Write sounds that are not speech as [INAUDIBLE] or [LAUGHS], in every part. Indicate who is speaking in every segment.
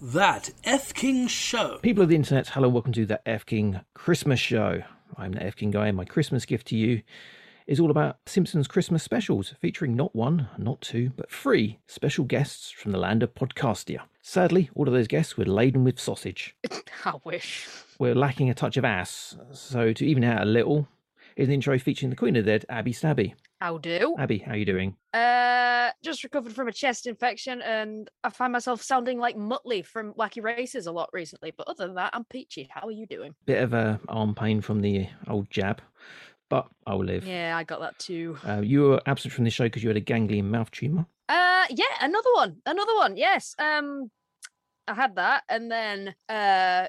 Speaker 1: that F King show.
Speaker 2: People of the internet, hello, welcome to the F King Christmas show. I'm the F King guy, and my Christmas gift to you is all about Simpsons Christmas specials, featuring not one, not two, but three special guests from the land of Podcastia. Sadly, all of those guests were laden with sausage.
Speaker 3: [LAUGHS] I wish.
Speaker 2: We're lacking a touch of ass, so to even out a little, is an intro featuring the Queen of the Dead, Abby Stabby.
Speaker 3: How do?
Speaker 2: Abby, how you doing?
Speaker 3: Uh, just recovered from a chest infection, and I find myself sounding like Muttley from Wacky Races a lot recently. But other than that, I'm peachy. How are you doing?
Speaker 2: Bit of a arm pain from the old jab, but I'll live.
Speaker 3: Yeah, I got that too.
Speaker 2: Uh, you were absent from the show because you had a ganglion mouth tumour.
Speaker 3: Uh, yeah, another one, another one. Yes. Um, I had that, and then uh,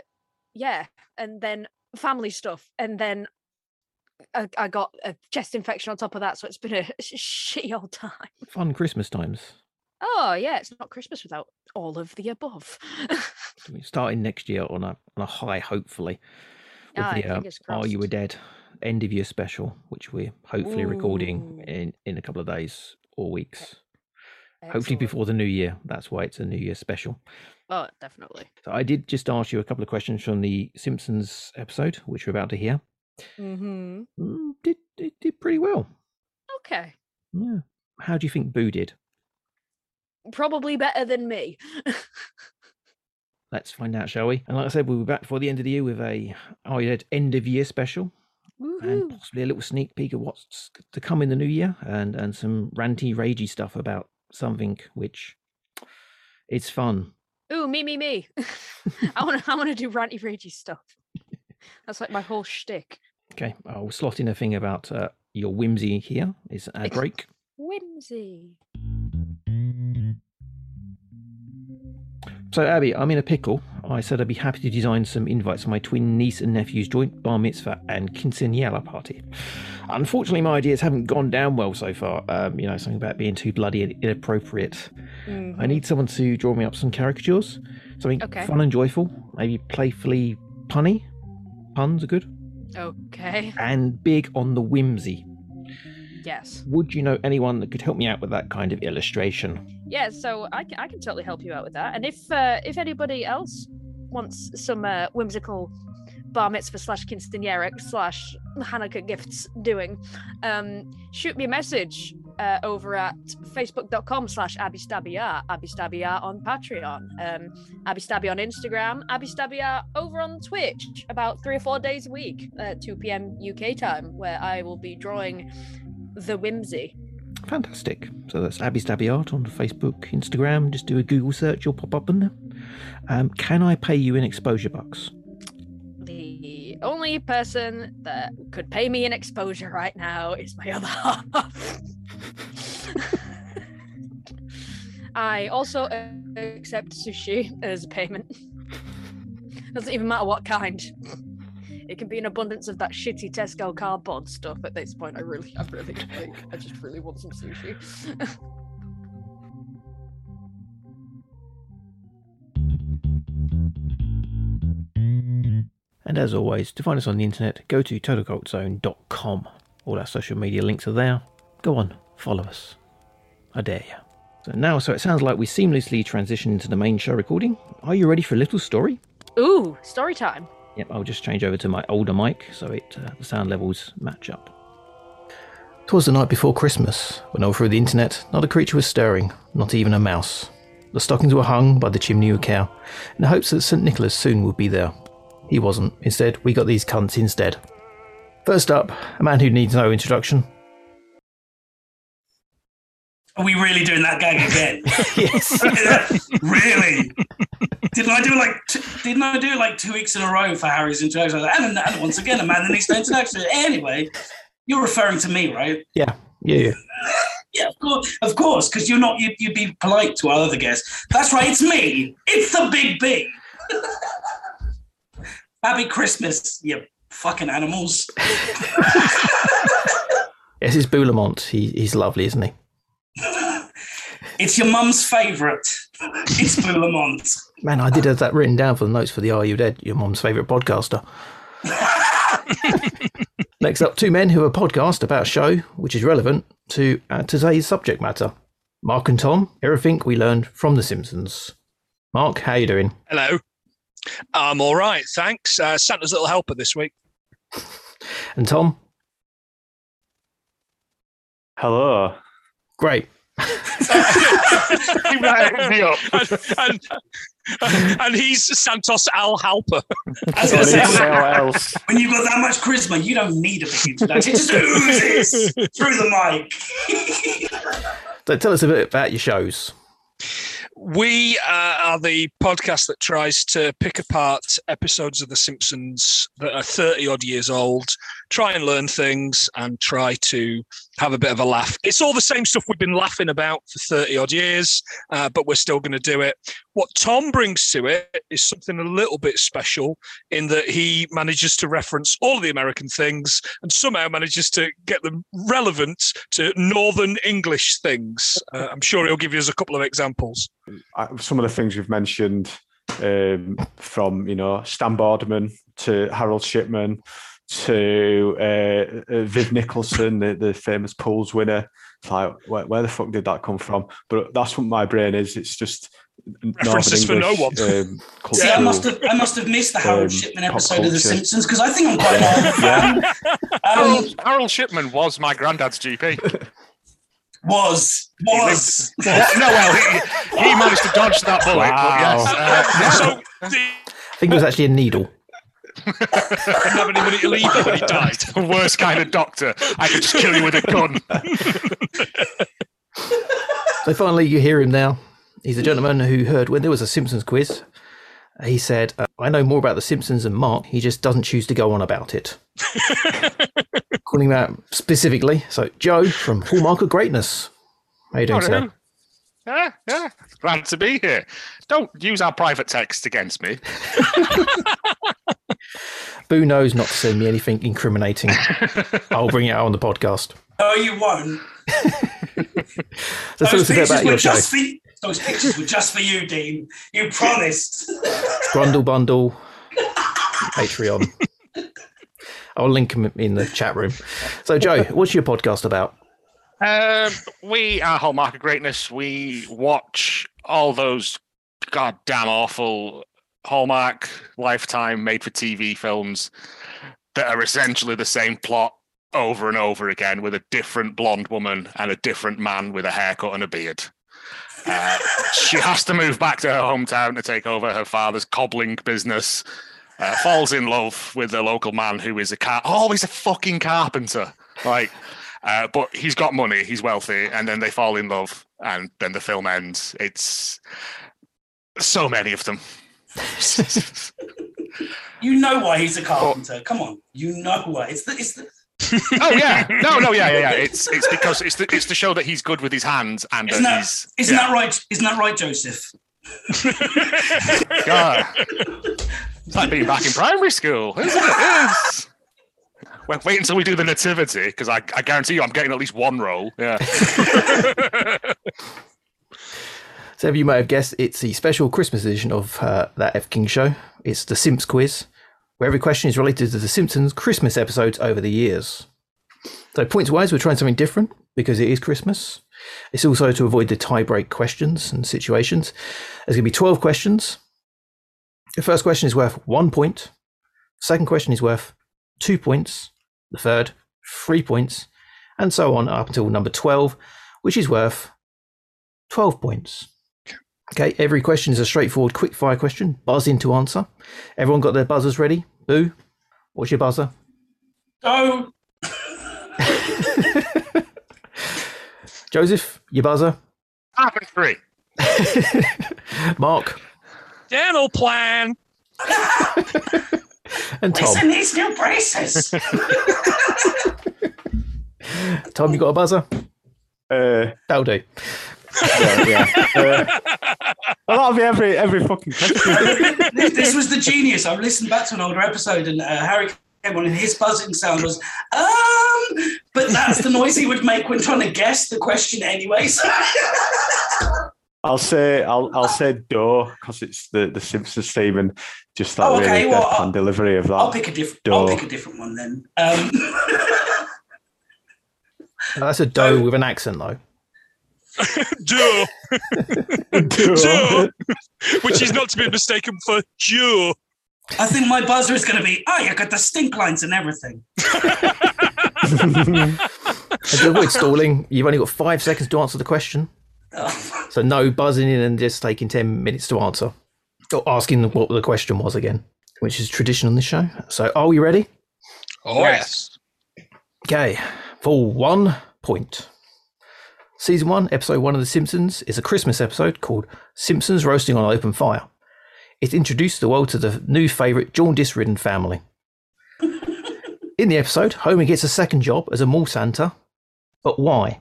Speaker 3: yeah, and then family stuff, and then I, I got a chest infection on top of that, so it's been a [LAUGHS] sh- shitty old time.
Speaker 2: Fun Christmas times.
Speaker 3: Oh yeah, it's not Christmas without all of the above. [LAUGHS]
Speaker 2: Starting next year on a on a high, hopefully. With
Speaker 3: Aye,
Speaker 2: the, uh,
Speaker 3: Oh, fingers
Speaker 2: Are You Were
Speaker 3: crossed.
Speaker 2: Dead end of year special, which we're hopefully recording
Speaker 3: Ooh. E,
Speaker 2: in, in a couple of days or weeks. Hopefully
Speaker 3: Excellent.
Speaker 2: before the new year. That's why it's a new year special.
Speaker 3: Oh, definitely.
Speaker 2: So I did just ask you a couple of questions from the Simpsons episode, which we're about to hear.
Speaker 3: Mm-hmm.
Speaker 2: Mm, did, did did pretty well.
Speaker 3: Okay.
Speaker 2: Yeah. How do you think Boo did?
Speaker 3: Probably better than me.
Speaker 2: Let's find out, shall we? And like I said, we'll be back before the end of the year with a Are You Dead end of year special. and
Speaker 3: Woohoo.
Speaker 2: possibly a little sneak peek of what's to come in the new year and and some ranty ragey stuff about something which it's fun
Speaker 3: Ooh, me, me, me. [LAUGHS]
Speaker 2: [LAUGHS]
Speaker 3: I want to I want to do ranty ragey stuff. That's like my whole shtick.
Speaker 2: okay i'll slot in a thing about uh, your whimsy here is a break
Speaker 3: Whimsy.
Speaker 2: so abby i'm in a pickle i said i'd be happy to design some invites for my twin niece and nephew's joint bar mitzvah and quinceanera party unfortunately my ideas haven't gone down well so far um, you know something about being too bloody and inappropriate I need someone to draw me up some caricatures. Something
Speaker 3: Okay.
Speaker 2: fun and joyful, maybe playfully punny. Puns are good.
Speaker 3: Okay.
Speaker 2: And big on the whimsy.
Speaker 3: Yes.
Speaker 2: Would you know anyone that could help me out with that kind of illustration?
Speaker 3: Yeah. So I, ca- I can totally help you out with that. And if uh, if anybody else wants some uh, whimsical bar mitzvah slash quinceanera slash Hanukkah gifts doing, um, shoot me a message uh, over at facebook.com slash abbystabyar, abbystabyar on Patreon, um, abbystaby on Instagram, abbystabyar over on Twitch about three or four days a week, uh, 2 p.m. UK time, where I will be drawing the whimsy.
Speaker 2: Fantastic. So that's Abby Stabby Art on Facebook, Instagram. Just do a Google search, you'll pop up in there. Um, can I pay you in exposure bucks?
Speaker 3: the only person that could pay me an exposure right now is my other half. I also uh, accept sushi as payment. Doesn't even matter what kind. It can be an abundance of that shitty Tesco cardboard stuff. At this point, I really, I really, like, I just really want some sushi. [LAUGHS]
Speaker 2: And as always, to find us on the internet, go to totalcultzone.com. All our social media links are there. Go on, follow us. I dare you. So now, so it sounds like we seamlessly transition into the main show recording. Are you ready for a little story?
Speaker 3: Ooh, story time.
Speaker 2: Yep, I'll just change over to my older mic so it uh, the sound levels match up. Twas the night before Christmas, when all through the internet not a creature was stirring, not even a mouse. The stockings were hung by the chimney of a cow, in the hopes that St. Nicholas soon would be there. He wasn't. Instead, we got these cunts instead. First up, a man who needs no introduction. [LAUGHS]
Speaker 1: Are we really doing that gag again?
Speaker 2: yes.
Speaker 1: really? Didn't I do like? T- didn't I do like two weeks in a row for Harry's introduction? I was like, and, and once again, a man that needs no introduction. Anyway, you're referring to me, right?
Speaker 2: Yeah. Yeah. yeah.
Speaker 1: Yeah, of course, of course, because you're not. You'd, you'd be polite to our other guests. That's right. It's me. It's the Big B. [LAUGHS] Happy Christmas, you fucking animals.
Speaker 2: Yes, it's Boulamont. He, he's lovely, isn't he?
Speaker 1: It's your mum's favourite. It's Boulamont.
Speaker 2: Man, I did have that written down for the notes for the Are You Dead, your mom's favourite podcaster. Next up, two men who have a podcast about a show which is relevant to uh, today's subject matter. Mark and Tom, everything we learned from The Simpsons. Mark, how you doing?
Speaker 4: Hello. I'm all right, thanks. Uh, Santa's little helper this week. [LAUGHS]
Speaker 2: And Tom?
Speaker 5: [LAUGHS] Hello.
Speaker 2: Great.
Speaker 4: he
Speaker 5: rang me up.
Speaker 4: and, and, and he's Santos Al Halper.
Speaker 1: I was
Speaker 5: Don't
Speaker 1: gonna
Speaker 5: need
Speaker 1: say,
Speaker 5: to say what else.
Speaker 1: when you've got that much charisma, you don't need a big introduction. It just oozes through the
Speaker 2: [LAUGHS]
Speaker 1: mic.
Speaker 2: So tell us a bit about your shows.
Speaker 4: We uh, are the podcast that tries to pick apart episodes of The Simpsons that are 30 odd years old, try and learn things, and try to have a bit of a laugh. It's all the same stuff we've been laughing about for 30 odd years, uh, but we're still going to do it. What Tom brings to it is something a little bit special in that he manages to reference all of the American things and somehow manages to get them relevant to Northern English things. Uh, I'm sure he'll give us a couple of examples.
Speaker 5: I- some of the things you've mentioned um, from you know Stan Boardman to Harold Shipman to uh, uh, Viv Nicholson, the, the famous pools winner. It's like where, where the fuck did that come from? But that's what my brain is. It's just
Speaker 4: References for
Speaker 5: Northern
Speaker 4: no
Speaker 5: English,
Speaker 4: one.
Speaker 5: Um,
Speaker 1: See, I
Speaker 5: cultural-
Speaker 1: must have I must have missed the Harold
Speaker 5: Um,
Speaker 1: Shipman
Speaker 5: pop
Speaker 1: episode of The
Speaker 5: culture.
Speaker 1: Simpsons because I think
Speaker 2: [LAUGHS]
Speaker 1: I'm quite
Speaker 5: Yeah.
Speaker 1: a fan. Um,
Speaker 6: Harold, Harold Shipman was my granddad's GP.
Speaker 1: was was
Speaker 6: What? No, well, he, [LAUGHS] he managed to dodge that bullet. But
Speaker 4: Oh.
Speaker 5: Wow.
Speaker 6: yes, uh, yeah, so
Speaker 4: so the,
Speaker 2: I think it was actually a needle.
Speaker 4: didn't have anybody to leave it when he [LAUGHS] died.
Speaker 6: the worst kind of doctor. I could just kill you with a gun.
Speaker 2: So finally, you hear him now. He's a gentleman who heard when there was a Simpsons quiz. He said, uh, I know more about The Simpsons than Mark. He just doesn't choose to go on about it. Calling that specifically. So, Joe from Hallmark of Greatness. How you doing, sir?
Speaker 6: Hello. Yeah, yeah. Glad to be here. Don't use our private text against me.
Speaker 2: Boo knows not to send me anything incriminating. I'll bring it out on the podcast.
Speaker 1: [LAUGHS] no, you won't.
Speaker 2: So, tell us
Speaker 1: Those
Speaker 2: a bit
Speaker 1: pictures
Speaker 2: about
Speaker 1: were
Speaker 2: your show.
Speaker 1: Oh, [LAUGHS] just for those pictures were just for you, Dean. You promised. [LAUGHS]
Speaker 2: Grundle Bundle, Patreon. I'll link them in the chat room. So, Joe, what's your podcast about?
Speaker 6: Um, we are Hallmark of Greatness. We watch all those goddamn awful Hallmark Lifetime made for TV films that are essentially the same plot over and over again with a different blonde woman and a different man with a haircut and a beard. Uh, she has to move back to her hometown to take over her father's cobbling business. Uh, falls in love with a local man who is a car. Oh, he's a fucking carpenter. Like, uh, but he's got money, he's wealthy, and then they fall in love, and then the film ends. It's so many of them.
Speaker 1: You know why he's a carpenter. Come on, you know why. It's the, it's the,
Speaker 6: [LAUGHS] oh yeah, no, no, yeah, yeah, yeah. It's it's because it's the it's to show that he's good with his hands and
Speaker 1: Isn't
Speaker 6: that
Speaker 1: that-
Speaker 6: he's
Speaker 1: isn't
Speaker 6: yeah.
Speaker 1: that right? Isn't that right, Joseph?
Speaker 6: God. It's like being back in primary school, isn't it? It is. Well, wait until we do the nativity, because I, I guarantee you I'm getting at least one role. Yeah.
Speaker 2: So, you may have guessed, it's the special Christmas edition of uh, that F King show. It's the Simps quiz, where every question is related to the Simpsons Christmas episodes over the years. So, points wise, we're trying something different because it is Christmas. It's also to avoid the tie break questions and situations. There's going to be 12 questions. The first question is worth one point. Second question is worth two points. The third, three points. And so on up until number 12, which is worth 12 points. Okay, every question is a straightforward quick fire question. Buzz in to answer. Everyone got their buzzers ready? Boo, what's your buzzer?
Speaker 1: Go.
Speaker 2: Joseph, your buzzer. [LAUGHS]
Speaker 6: Carpentry.
Speaker 2: Mark
Speaker 4: Dental plan.
Speaker 2: and
Speaker 1: Listen,
Speaker 2: Tom.
Speaker 1: these new
Speaker 2: [LAUGHS]
Speaker 1: braces.
Speaker 2: Tom, you got a buzzer?
Speaker 5: Uh,
Speaker 2: That'll do.
Speaker 5: yeah, yeah. Uh,
Speaker 4: [LAUGHS]
Speaker 5: well, that'll be every every fucking question.
Speaker 1: this, this was the genius. I listened back to an older episode, and uh, Harry came on, and his buzzing sound was um. But that's the noise he would make when trying to guess the question, anyway. So
Speaker 5: I'll say I'll I'll say door because it's the the Simpsons theme and just that
Speaker 1: Oh,
Speaker 5: really
Speaker 1: okay, well,
Speaker 5: deadpan delivery of that.
Speaker 1: I'll pick a different. I'll
Speaker 5: Duh.
Speaker 1: pick a different one then. Um,
Speaker 2: Now, that's a doe with an accent, though.
Speaker 4: Joe,
Speaker 5: Duo.
Speaker 4: which is not to be mistaken for Joe.
Speaker 1: I think my buzzer is going to be, oh, you got the stink lines and everything.
Speaker 2: And to avoid stalling, you've only got five seconds to answer the question.
Speaker 1: Oh,
Speaker 2: So no buzzing in and just taking 10 minutes to answer. Or asking what the question was again, which is tradition on this show. So are we ready?
Speaker 4: Oh, yes.
Speaker 2: Okay, for one point. Season one, episode one of The Simpsons is a Christmas episode called Simpsons Roasting on Open Fire. It introduced the world to the new favourite jaundice ridden family. In the episode, Homer gets a second job as a mall Santa. But why?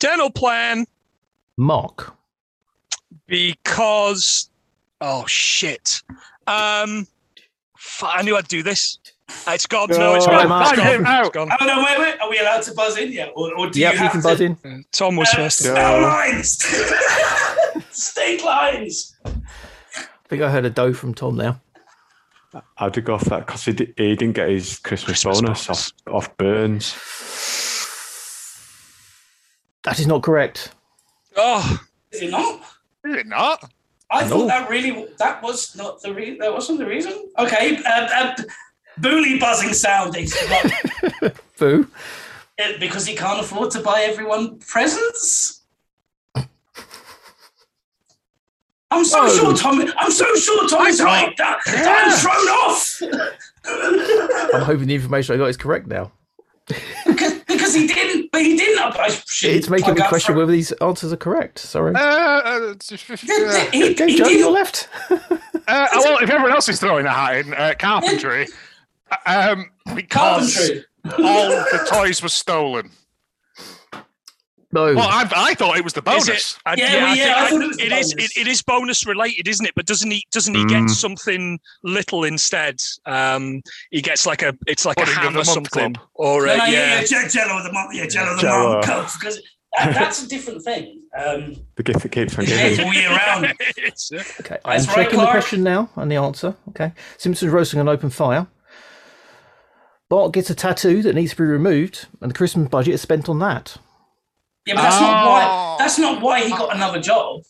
Speaker 4: Dental plan
Speaker 2: Mark.
Speaker 4: because. Oh, shit. Um, f- I knew I'd do this. Uh, It's gone. No, it's
Speaker 5: No,
Speaker 4: gone.
Speaker 2: Mark.
Speaker 4: It's gone.
Speaker 6: Him out.
Speaker 4: It's gone.
Speaker 1: oh, no, wait, wait. Are we allowed to buzz in yet? Or, or do
Speaker 2: Yep,
Speaker 1: you
Speaker 2: you,
Speaker 1: have
Speaker 2: can
Speaker 1: to?
Speaker 2: buzz in.
Speaker 4: Uh, Tom was
Speaker 1: Uh,
Speaker 4: first.
Speaker 1: Stink lines. [LAUGHS] stink lines.
Speaker 2: I think I heard a doe from Tom now.
Speaker 5: I'd go off that because he, di- he didn't get his Christmas,
Speaker 4: Christmas
Speaker 5: bonus,
Speaker 4: bonus.
Speaker 5: Off, off Burns.
Speaker 2: That is not correct.
Speaker 4: Oh,
Speaker 1: Is it not?
Speaker 6: Is it not?
Speaker 1: I
Speaker 2: No.
Speaker 1: thought that really that was not the reason. That wasn't the reason. Okay, um, um, bully buzzing sound is
Speaker 2: [LAUGHS]
Speaker 1: not
Speaker 2: Boo.
Speaker 1: it because he can't afford to buy everyone presents. I'm so
Speaker 5: Oh.
Speaker 1: sure Tommy. I'm so sure Tommy's
Speaker 6: I got-
Speaker 1: right. That, I'm thrown off
Speaker 2: I'm hoping the information I got is correct now.
Speaker 1: because, because he didn't. But he didn't. I should
Speaker 2: It's making
Speaker 1: plug
Speaker 2: me
Speaker 1: out
Speaker 2: question
Speaker 1: for-
Speaker 2: whether these answers are correct. Sorry.
Speaker 6: Uh, uh, [LAUGHS] uh,
Speaker 1: uh, He,
Speaker 2: Go,
Speaker 1: he
Speaker 2: Joe,
Speaker 1: didn't-
Speaker 2: you're left.
Speaker 6: uh, well, if everyone else is throwing a hat in, uh, carpentry. [LAUGHS] Um, because
Speaker 1: Carpentry. [LAUGHS]
Speaker 6: all
Speaker 2: Oh,
Speaker 6: the toys were stolen.
Speaker 2: No.
Speaker 6: Well, I, I thought it was the
Speaker 4: is
Speaker 6: bonus.
Speaker 4: it? I-
Speaker 1: Yeah, well, yeah, I thought it was the
Speaker 4: it is.
Speaker 1: bonus.
Speaker 4: It, it is bonus related, isn't it? But doesn't he? Doesn't he get
Speaker 5: Mm.
Speaker 4: something little instead? Um, he gets like a. It's like
Speaker 6: Pudding
Speaker 4: a
Speaker 6: of
Speaker 4: ham or
Speaker 6: the month
Speaker 4: something.
Speaker 6: club.
Speaker 4: Or
Speaker 1: No,
Speaker 4: uh,
Speaker 1: no, yeah,
Speaker 4: yeah.
Speaker 1: yeah, J- Jello of the month, yeah, Jello of the
Speaker 5: Jello.
Speaker 2: uh,
Speaker 1: month, because that, uh, that's a different thing. Um,
Speaker 5: The gift that keeps on
Speaker 1: it's
Speaker 5: giving.
Speaker 1: all year round.
Speaker 4: [LAUGHS] It's, uh,
Speaker 2: Okay, I'm
Speaker 1: That's right,
Speaker 2: checking the
Speaker 1: Clark.
Speaker 2: question now and the answer. Okay. Simpsons roasting on open fire. Bart gets a tattoo that needs to be removed, and the Christmas budget is spent on that.
Speaker 1: [LAUGHS] Yeah, but that's not why.
Speaker 6: Oh.
Speaker 1: That's not why he got another job.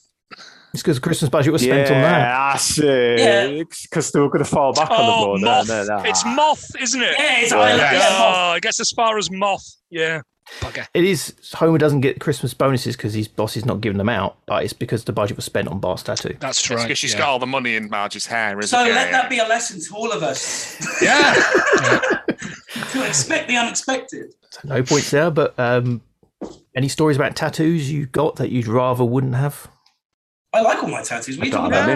Speaker 2: It's because the Christmas budget was spent on
Speaker 5: yeah,
Speaker 2: that.
Speaker 5: that's it. Because they were going to fall back
Speaker 4: oh,
Speaker 5: on the board.
Speaker 4: moth!
Speaker 5: there, there,
Speaker 4: It's moth, isn't it?
Speaker 1: Yeah, it's
Speaker 5: Yeah.
Speaker 1: Island.
Speaker 5: Yeah.
Speaker 1: Yeah, Moth.
Speaker 4: Oh, it gets as far as moth. Yeah. Bugger.
Speaker 2: It is Homer doesn't get Christmas bonuses because his boss is not giving them out, but it's because the budget was spent on Bart's tattoo.
Speaker 4: That's
Speaker 6: It's
Speaker 4: right.
Speaker 6: because she's
Speaker 4: yeah.
Speaker 6: got all the money in Marge's hair, isn't
Speaker 1: So
Speaker 6: it?
Speaker 1: let that be a lesson to all of [LAUGHS] us
Speaker 6: yeah.
Speaker 1: to expect the unexpected.
Speaker 2: So no points there, but um, any stories about tattoos you got that you'd rather wouldn't have?
Speaker 1: I like all my tattoos. What are
Speaker 5: I
Speaker 1: you
Speaker 5: don't
Speaker 1: talking
Speaker 5: have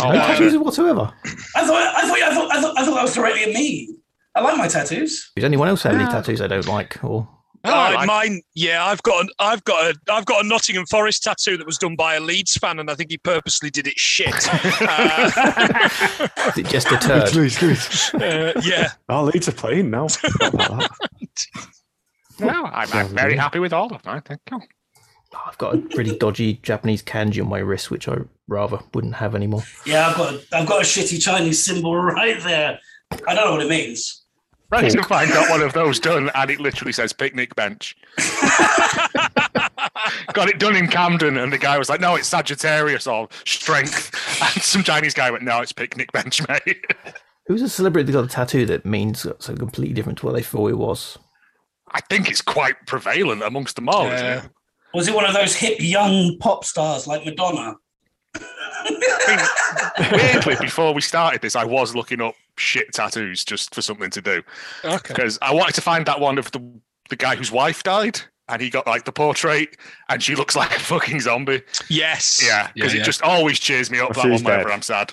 Speaker 1: about?
Speaker 5: any.
Speaker 2: No tattoos whatsoever.
Speaker 1: I thought, I thought, I thought, I thought, I thought that was directly at me. I like my tattoos.
Speaker 2: Does anyone else have any tattoos they don't like? Or
Speaker 6: Oh, I
Speaker 4: Uh,
Speaker 6: like-
Speaker 4: mine, yeah, I've got an, I've got a, I've got a Nottingham Forest tattoo that was done by a Leeds fan, and I think he purposely did it shit.
Speaker 6: [LAUGHS]
Speaker 4: Uh,
Speaker 2: is it just a
Speaker 5: [LAUGHS] Leeds,
Speaker 2: turd?
Speaker 5: Leeds, Leeds.
Speaker 4: uh, yeah,
Speaker 5: Oh, Leeds are
Speaker 1: [LAUGHS]
Speaker 5: playing now. Forgot about that.
Speaker 6: [LAUGHS] No, I'm, I'm very happy with all of mine. Thank you.
Speaker 2: Oh, I've got a really dodgy Japanese kanji on my wrist, which I rather wouldn't have anymore.
Speaker 1: Yeah, I've got, a, I've got a shitty Chinese symbol [LAUGHS] right there. I don't know what it means.
Speaker 6: Right, so I got one of those done, and it literally says picnic bench. [LAUGHS] got it done in Camden, and the guy was like, "No, it's Sagittarius or strength." [LAUGHS] And some Chinese guy went, "No, it's picnic bench, mate."
Speaker 2: Who's a celebrity that got a tattoo that means something completely different to what they thought it was?
Speaker 6: I think it's quite prevalent amongst them all.
Speaker 4: Yeah.
Speaker 6: Isn't it?
Speaker 1: Was it one of those hip young pop stars like Madonna? [LAUGHS]
Speaker 6: I mean, weirdly, before we started this, I was looking up shit tattoos just for something to do
Speaker 4: okay.
Speaker 6: because I wanted to find that one of the the guy whose wife died, and he got like the portrait, and she looks like a fucking zombie.
Speaker 4: Yes,
Speaker 6: Yeah, because it just always cheers me up.
Speaker 5: Well,
Speaker 6: That one
Speaker 5: she's
Speaker 6: whenever
Speaker 5: dead.
Speaker 6: I'm sad.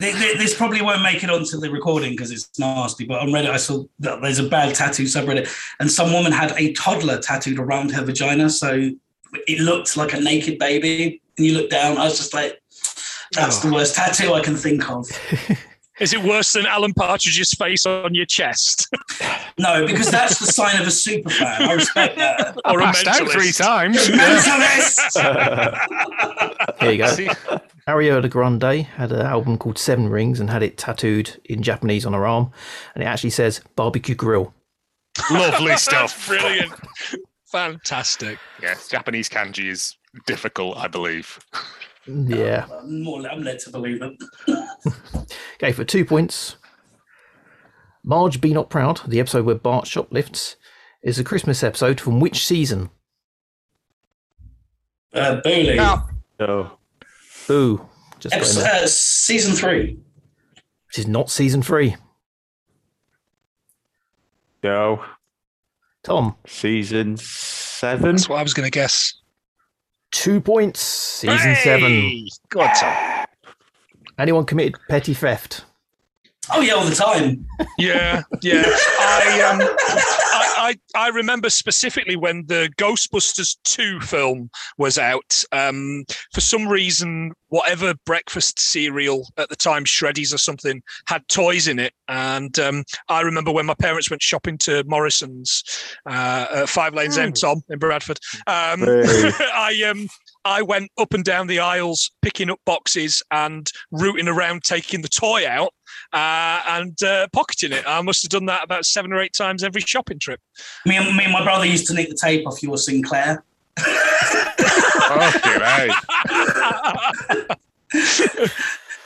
Speaker 1: Th- th- This probably won't make it onto the recording because it's nasty, but on Reddit I saw that there's a bad tattoo subreddit, and some woman had a toddler tattooed around her vagina, so it looked like a naked baby. And you look down, I was just like, that's the worst tattoo I can think of.
Speaker 4: Is it worse than Alan Partridge's face on your chest [LAUGHS]
Speaker 1: No, because that's the sign of a super fan. I respect that.
Speaker 4: or a
Speaker 6: Passed out three
Speaker 4: mentalist? [LAUGHS]
Speaker 6: times.
Speaker 1: Mentalist!
Speaker 5: [LAUGHS]
Speaker 2: There you go.
Speaker 6: [LAUGHS] See,
Speaker 2: Ariana Grande had an album called Seven Rings and had it tattooed in Japanese on her arm, and it actually says barbecue grill.
Speaker 6: lovely stuff.
Speaker 4: Brilliant. Fantastic.
Speaker 6: Yes, Japanese kanji is difficult,
Speaker 4: [LAUGHS]
Speaker 6: I believe.
Speaker 2: Yeah.
Speaker 1: I'm, more, I'm led to believe them.
Speaker 2: Okay, for two points. Marge Be Not Proud, the episode where Bart shoplifts, is a Christmas episode from which season?
Speaker 1: Uh, Booley.
Speaker 4: Now,
Speaker 5: So
Speaker 2: Boo. Just got
Speaker 1: Episode,
Speaker 2: in there.
Speaker 1: uh, season three.
Speaker 2: This is not season three.
Speaker 5: no,
Speaker 2: Tom,
Speaker 5: season seven.
Speaker 4: that's what I was going to guess.
Speaker 2: two points. Season seven.
Speaker 4: Hey! Good. Tom.
Speaker 2: Anyone committed petty theft?
Speaker 1: Oh yeah, all the time.
Speaker 4: Yeah, yeah. I, um, I, I I remember specifically when the Ghostbusters two film was out. Um, for some reason, whatever breakfast cereal at the time, Shreddies or something, had toys in it. And um, I remember when my parents went shopping to Morrison's, uh, at Five Lanes End, Tom in Bradford. Um,
Speaker 5: [LAUGHS] Hey.
Speaker 4: [LAUGHS] I um I went up and down the aisles picking up boxes and rooting around taking the toy out uh, and uh, pocketing it. I must have done that about seven or eight times every shopping trip. [LAUGHS]
Speaker 1: Me and, me and my brother used to nick the tape off your Sinclair.
Speaker 6: Fucking hey.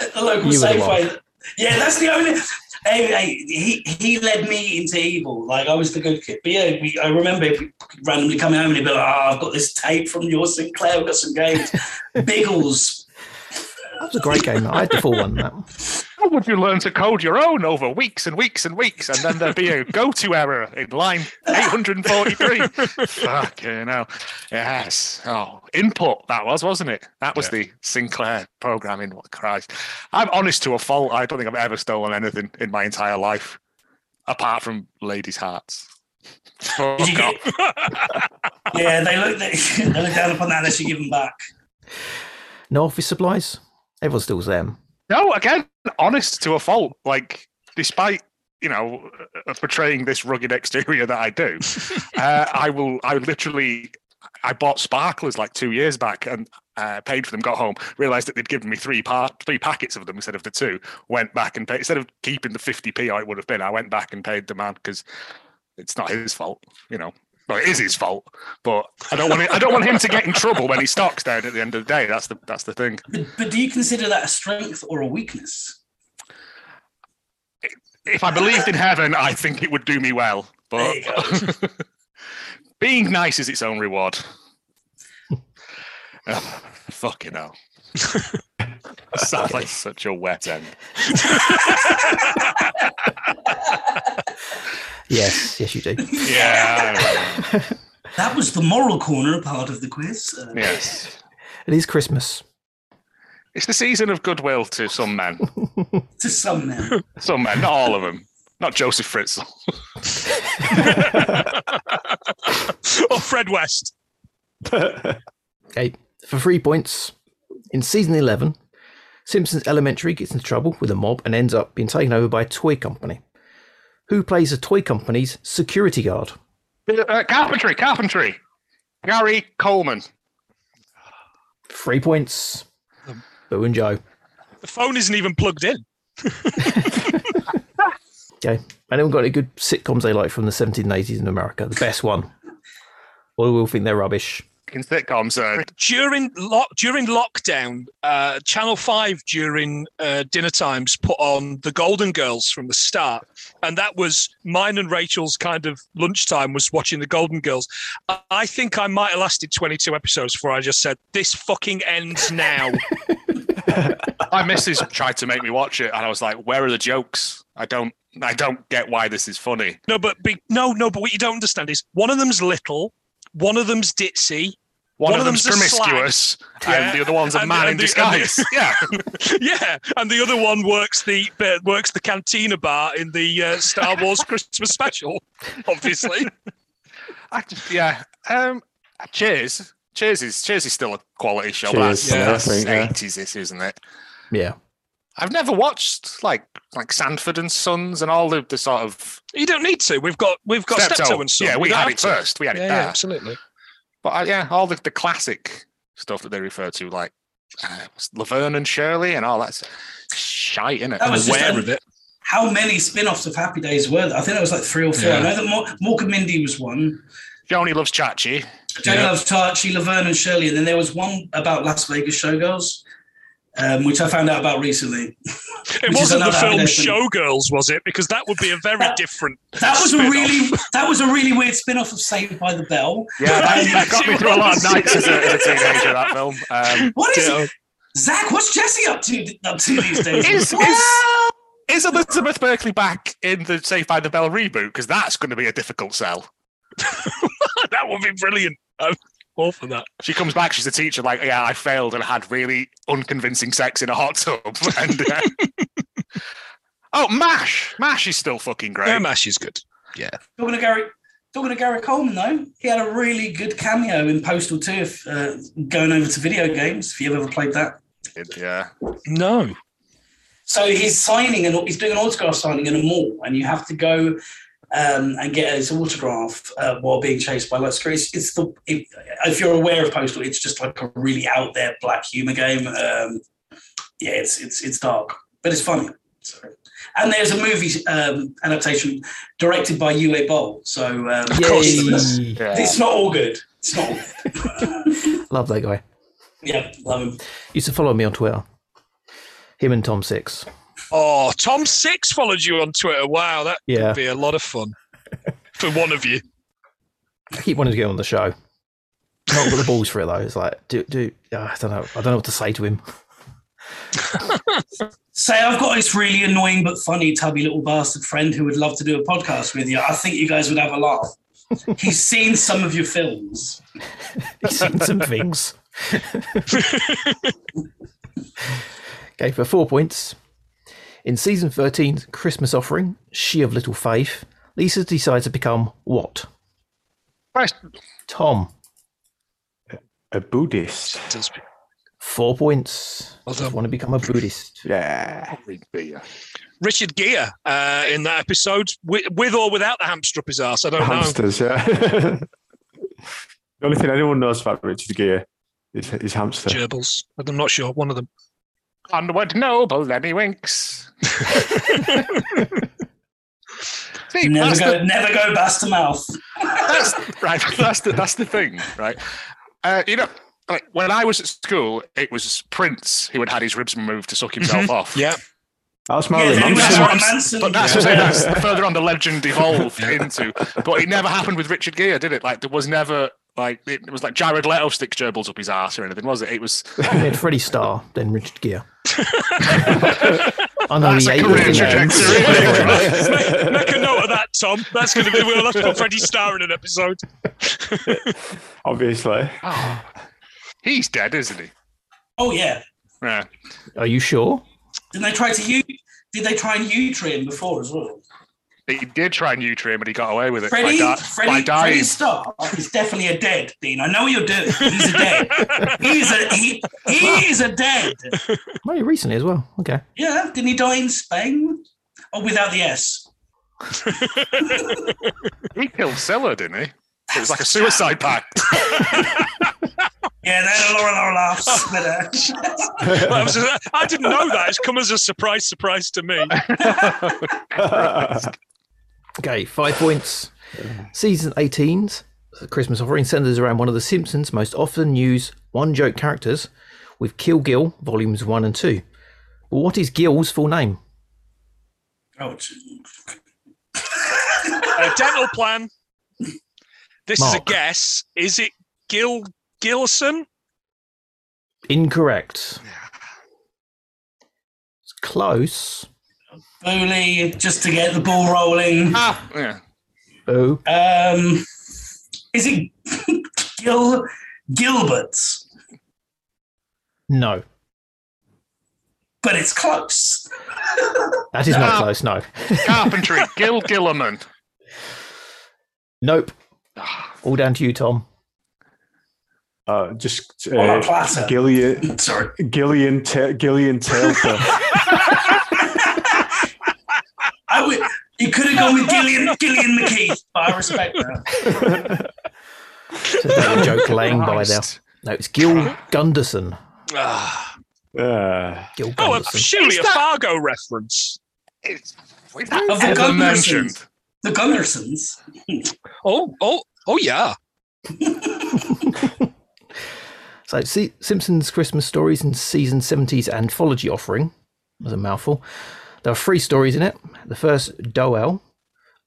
Speaker 1: At the local
Speaker 2: You were the
Speaker 1: Safeway. Yeah, that's the only. Hey, hey, he he led me into evil. Like I was the good kid. But yeah, we, I remember randomly coming home and he'd be like, "Oh, I've got this tape from your Sinclair. We've got some games, Biggles."
Speaker 2: That was a great game. I had the full one. That.
Speaker 6: How would you learn to code your own over weeks and weeks and weeks, and then there'd be a go-to error in line 843? Fucking hell. Yes. Oh, input, that was, wasn't it? That was the Sinclair programming. What Christ. I'm honest to a fault. I don't think I've ever stolen anything in my entire life, apart from ladies' hearts.
Speaker 1: Did you get? yeah, they look they, [LAUGHS] they look down upon that unless you give them back.
Speaker 2: No office supplies? Everyone steals them.
Speaker 6: No, again, honest to a fault. Like, despite you know uh, portraying this rugged exterior that I do, uh, I will. I literally, I bought sparklers like two years back and uh, paid for them. Got home, realized that they'd given me three part three packets of them instead of the two. Went back and paid instead of keeping the fifty p I would have been. I went back and paid the man because it's not his fault, you know. Well, it is his fault, but I don't want it, I don't want him to get in trouble when he stocks down at the end of the day. That's the that's the thing.
Speaker 1: But, but do you consider that a strength or a weakness?
Speaker 6: if I believed in heaven, I think it would do me well. But
Speaker 1: There you
Speaker 6: [LAUGHS] being nice is its
Speaker 1: [LAUGHS]
Speaker 6: own reward. oh, fucking
Speaker 1: [LAUGHS]
Speaker 6: hell. Sounds like such a wet end.
Speaker 2: Yes, yes, you do.
Speaker 6: Yeah. I know.
Speaker 1: That was the moral corner part of the quiz. Uh,
Speaker 6: yes.
Speaker 2: It is Christmas.
Speaker 6: It's the season of goodwill to some men.
Speaker 1: To some men.
Speaker 6: Some men, not all of them. Not Joseph Fritzl.
Speaker 4: or Fred West.
Speaker 2: Okay, for three points. In season 11, Simpsons Elementary gets into trouble with a mob and ends up being taken over by a toy company. Who plays the toy company's security guard?
Speaker 6: Uh, carpentry, carpentry. Gary Coleman.
Speaker 2: Three points. Boo and Joe.
Speaker 4: The phone isn't even plugged in.
Speaker 2: Okay. Anyone got any good sitcoms they like from the 1780s in America? The best one. Or we will think they're rubbish.
Speaker 6: In sitcoms, uh,
Speaker 4: during lock during lockdown, uh, Channel Five during uh, dinner times put on the Golden Girls from the start, and that was mine and Rachel's kind of lunchtime was watching the Golden Girls. I, I think I might have lasted twenty two episodes before I just said this fucking ends now.
Speaker 6: my missus tried to make me watch it, and I was like, "Where are the jokes? I don't, I don't get why this is funny."
Speaker 4: no, but be, no, no, but what you don't understand is one of them's little, one of them's ditzy. [LAUGHS]
Speaker 6: One,
Speaker 4: One
Speaker 6: of
Speaker 4: of
Speaker 6: them's,
Speaker 4: them's a slag.
Speaker 6: promiscuous,
Speaker 4: Yeah.
Speaker 6: and the other one's a
Speaker 4: And-
Speaker 6: man
Speaker 4: and
Speaker 6: in
Speaker 4: the- and the-
Speaker 6: disguise. [LAUGHS] yeah,
Speaker 4: yeah, and the other one works the uh, works the cantina bar in the uh, Star Wars Christmas special, obviously.
Speaker 6: I just, yeah. Um, cheers. Cheers is Cheers is still a quality show. but
Speaker 5: Cheers,
Speaker 6: that's
Speaker 4: yeah, I
Speaker 6: that's
Speaker 5: think, yeah.
Speaker 6: 80s, this isn't it?
Speaker 2: Yeah.
Speaker 6: I've never watched like like Sanford and Sons and all the, the sort of
Speaker 4: You don't need to. We've got we've got Steptoe,
Speaker 6: Steptoe.
Speaker 4: and Son.
Speaker 6: Yeah,
Speaker 4: You
Speaker 6: we
Speaker 4: don't
Speaker 6: had
Speaker 4: have
Speaker 6: it
Speaker 4: to.
Speaker 6: first. We had
Speaker 4: Yeah,
Speaker 6: it
Speaker 4: yeah,
Speaker 6: there.
Speaker 4: absolutely.
Speaker 6: But uh, yeah, all the, the classic stuff that they refer to, like uh, Laverne and Shirley, and all that's shite in it.
Speaker 1: That was just
Speaker 4: Aware
Speaker 1: a-
Speaker 4: of it.
Speaker 1: How many spin offs of Happy Days were there? I think it was like three or four.
Speaker 6: Yeah.
Speaker 1: I know that Mor- Mork and Mindy was one.
Speaker 6: Joni loves Chachi.
Speaker 1: Jane loves Tarchi, Laverne, and Shirley. And then there was one about Las Vegas Showgirls, um, which I found out about recently.
Speaker 4: It
Speaker 1: Which is
Speaker 4: wasn't the
Speaker 1: another
Speaker 4: film
Speaker 1: evidence.
Speaker 4: Showgirls, was it? Because that would be a [LAUGHS] very
Speaker 1: That-
Speaker 4: different.
Speaker 1: That was a
Speaker 4: spin-off.
Speaker 1: really that was a really weird spin-off of Saved by the Bell.
Speaker 6: Yeah, that,
Speaker 1: Um,
Speaker 6: that got me through a lot of nights as a, as a teenager. That film. Um,
Speaker 1: What is
Speaker 4: Yeah.
Speaker 1: Zach? What's Jesse up to up to these days?
Speaker 6: is, is, is Elizabeth Berkeley back in the Safe by the Bell reboot? Because that's going to be a difficult sell.
Speaker 4: that would be brilliant. I'm all for that.
Speaker 6: She comes back, she's a teacher, like, yeah, I failed and had really unconvincing sex in a hot tub. [LAUGHS] And, uh, oh, MASH. MASH is still fucking great.
Speaker 4: Yeah, Mash is good.
Speaker 1: Talking to Gary, talking to Gary Coleman though, he had a really good cameo in Postal Two. If uh, going over to video games, if you've ever played that,
Speaker 6: yeah.
Speaker 4: No.
Speaker 1: so he's signing and he's doing an autograph signing in a mall, and you have to go um, and get his autograph uh, while being chased by like security. It's, it's the if, if you're aware of Postal, it's just like a really out there black humor game. Um, yeah, it's it's it's dark, but it's funny. So. And there's a movie um, adaptation directed by Uwe Boll. So um,
Speaker 4: Of course there is.
Speaker 2: Yay.
Speaker 1: It's not all good. It's not all good.
Speaker 2: Love that guy.
Speaker 1: yeah, love him.
Speaker 2: Used to follow me on Twitter. Him and Tom Six.
Speaker 4: Oh, Tom Six followed you on Twitter. Wow, that
Speaker 2: Yeah.
Speaker 4: would be a lot of [LAUGHS] fun for one of you.
Speaker 2: I keep wanting to get him on the show. Not got the balls for it though. It's like, do do uh, I don't know. I don't know what to say to him. [LAUGHS]
Speaker 1: Say, I've got this really annoying but funny tubby little bastard friend who would love to do a podcast with you. I think you guys would have a laugh. He's seen some of your films.
Speaker 2: He's seen some
Speaker 4: [LAUGHS]
Speaker 2: things. okay, for four points. In season 13's Christmas offering, She of Little Faith, Lisa decides to become what?
Speaker 6: Christ.
Speaker 2: Tom.
Speaker 5: A Buddhist.
Speaker 4: Does-
Speaker 2: Four points.
Speaker 4: Well
Speaker 2: I
Speaker 4: done.
Speaker 2: want to become a Buddhist.
Speaker 5: Yeah.
Speaker 4: Richard Gere uh, in that episode, with, with or without the hamster up his ass. I don't know.
Speaker 5: Hamsters, yeah. [LAUGHS] the only thing anyone knows about Richard Gere is his hamster.
Speaker 4: Gerbils. I'm not sure. One of them.
Speaker 6: Onward Noble, then he winks. [LAUGHS] See,
Speaker 1: Never
Speaker 6: that's,
Speaker 1: go,
Speaker 6: the,
Speaker 1: never go bast to mouth.
Speaker 6: that's, right, that's, the, that's the thing, right? Uh, you know, like, when I was at school, it was Prince who had had his ribs removed to suck himself off.
Speaker 4: Yeah.
Speaker 5: That's
Speaker 1: Yeah,
Speaker 5: my
Speaker 1: anyone
Speaker 5: romantic.
Speaker 1: else
Speaker 6: Manson.
Speaker 1: want Manson?
Speaker 6: But that's,
Speaker 1: Yeah.
Speaker 6: what I'm saying, that's the further on the legend evolved into. But it never happened with Richard Gere, did it? Like there was never like it was like Jared Leto sticks gerbils up his ass or anything, was it? It was [GASPS]
Speaker 2: We had Freddie Starr, then Richard
Speaker 6: [LAUGHS]
Speaker 2: Gere. I know
Speaker 6: that's
Speaker 2: he
Speaker 6: a
Speaker 2: ate
Speaker 6: career
Speaker 2: everything
Speaker 5: [LAUGHS]
Speaker 6: trajectory.
Speaker 2: else.
Speaker 4: make, make a note of that, Tom. That's going to be. We'll have to put Freddie Starr in an episode.
Speaker 5: Obviously.
Speaker 6: Oh, he's dead, isn't he?
Speaker 1: Oh yeah.
Speaker 6: Yeah.
Speaker 2: Are you sure?
Speaker 1: Did they try to you? Did they try and you train before as well?
Speaker 6: He did try and neuter him, but he got away with it
Speaker 1: Freddie,
Speaker 6: by, di- by
Speaker 1: Freddie,
Speaker 6: dying.
Speaker 1: Freddie Starr is definitely a dead, Dean. I know what you're doing. He's a dead. He's a he, he is a dead.
Speaker 2: Only recently as well. Okay.
Speaker 1: Yeah, didn't he die in Spain? Oh, without the S.
Speaker 6: He killed Scylla, didn't he? It was like a suicide pact.
Speaker 1: Yeah, then Laura Laura laughs. But, uh,
Speaker 4: Well, I, was- I didn't know that. It's come as a surprise, surprise to me.
Speaker 2: Okay, five points. Season 18's Christmas offering centers around one of The Simpsons' most often used one joke characters with Kill Gill, volumes 1 and 2. But what is Gill's full name?
Speaker 1: uh, ouch.
Speaker 4: A dental plan. This is a
Speaker 2: Mark.
Speaker 4: guess. Is it Gil Gilson?
Speaker 2: Incorrect. It's close.
Speaker 1: Bully, just to get the ball rolling.
Speaker 6: ah, yeah.
Speaker 2: Oh,
Speaker 1: Um, is it [LAUGHS] Gil Gilbert?
Speaker 2: no.
Speaker 1: But it's close.
Speaker 2: That is not
Speaker 6: Ah.
Speaker 2: close, no. [LAUGHS]
Speaker 6: Carpentry, Gil Gilliman.
Speaker 2: Nope.
Speaker 6: Ah.
Speaker 2: All down to you, Tom.
Speaker 5: [LAUGHS] Uh, just
Speaker 1: On a
Speaker 5: uh,
Speaker 1: platter.
Speaker 5: Gillian,
Speaker 1: [LAUGHS] Sorry.
Speaker 5: Gillian, Ta- Gillian Taylor.
Speaker 1: I would. You could have gone with Gillian Gillian McKeith, but I respect that.
Speaker 2: So there's a joke
Speaker 5: [LAUGHS]
Speaker 2: laying by there.
Speaker 6: Christ.
Speaker 2: No, it's Gil Gunderson.
Speaker 4: Ah.
Speaker 5: Uh,
Speaker 2: Gil
Speaker 4: oh, a,
Speaker 2: Gunderson.
Speaker 4: surely
Speaker 6: Is
Speaker 4: a
Speaker 6: that-
Speaker 4: Fargo reference.
Speaker 6: It's, was
Speaker 1: Of
Speaker 6: that
Speaker 1: the
Speaker 6: ever
Speaker 1: Gundersons.
Speaker 6: mentioned?
Speaker 1: The Gundersons.
Speaker 4: Oh, oh, Oh yeah.
Speaker 2: So, see, Simpsons Christmas Stories in Season 70's anthology offering was a mouthful. There are three stories in it. The first, Doel,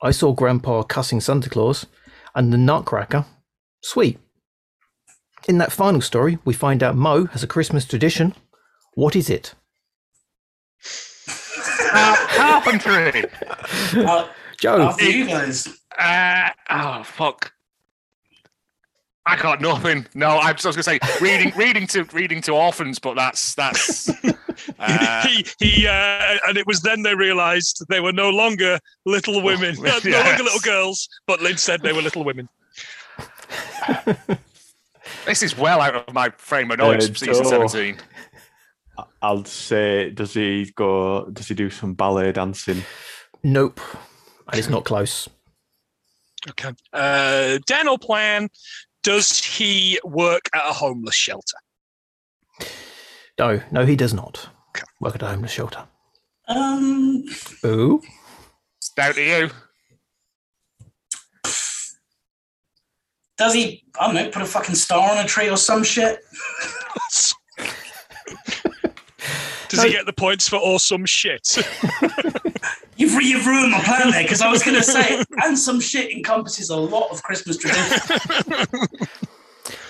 Speaker 2: I Saw Grandpa Cussing Santa Claus, and The Nutcracker, Sweet. In that final story, we find out Mo has a Christmas tradition. What is it?
Speaker 6: Carpentry.
Speaker 1: Uh,
Speaker 2: Joe,
Speaker 1: after you guys.
Speaker 6: Uh, oh fuck! I got nothing. No, I was, I was gonna say reading, reading to reading to orphans, but that's that's.
Speaker 4: [LAUGHS]
Speaker 6: Uh,
Speaker 4: he he, uh, and it was then they realised they were no longer little women,
Speaker 6: Well,
Speaker 4: no
Speaker 6: yes.
Speaker 4: longer little girls, but Lynn said they were little women.
Speaker 6: this is well out of my frame of knowledge.
Speaker 5: Uh,
Speaker 6: season
Speaker 5: Joe.
Speaker 6: seventeen.
Speaker 5: I'll say, does he go? Does he do some ballet dancing?
Speaker 2: nope. And it's not close.
Speaker 4: Okay. Uh, Daniel Plan. Does he work at a homeless shelter?
Speaker 2: No, no, he does not.
Speaker 4: Okay.
Speaker 2: Work at a homeless shelter.
Speaker 1: Um,
Speaker 2: Ooh.
Speaker 6: It's down to you.
Speaker 1: does he? I don't know. Put a fucking star on a tree or some shit.
Speaker 4: Does he get the points for or some shit? [LAUGHS]
Speaker 1: You've, ru- you've ruined my plan there because I was going to say, and some shit encompasses a lot of Christmas traditions.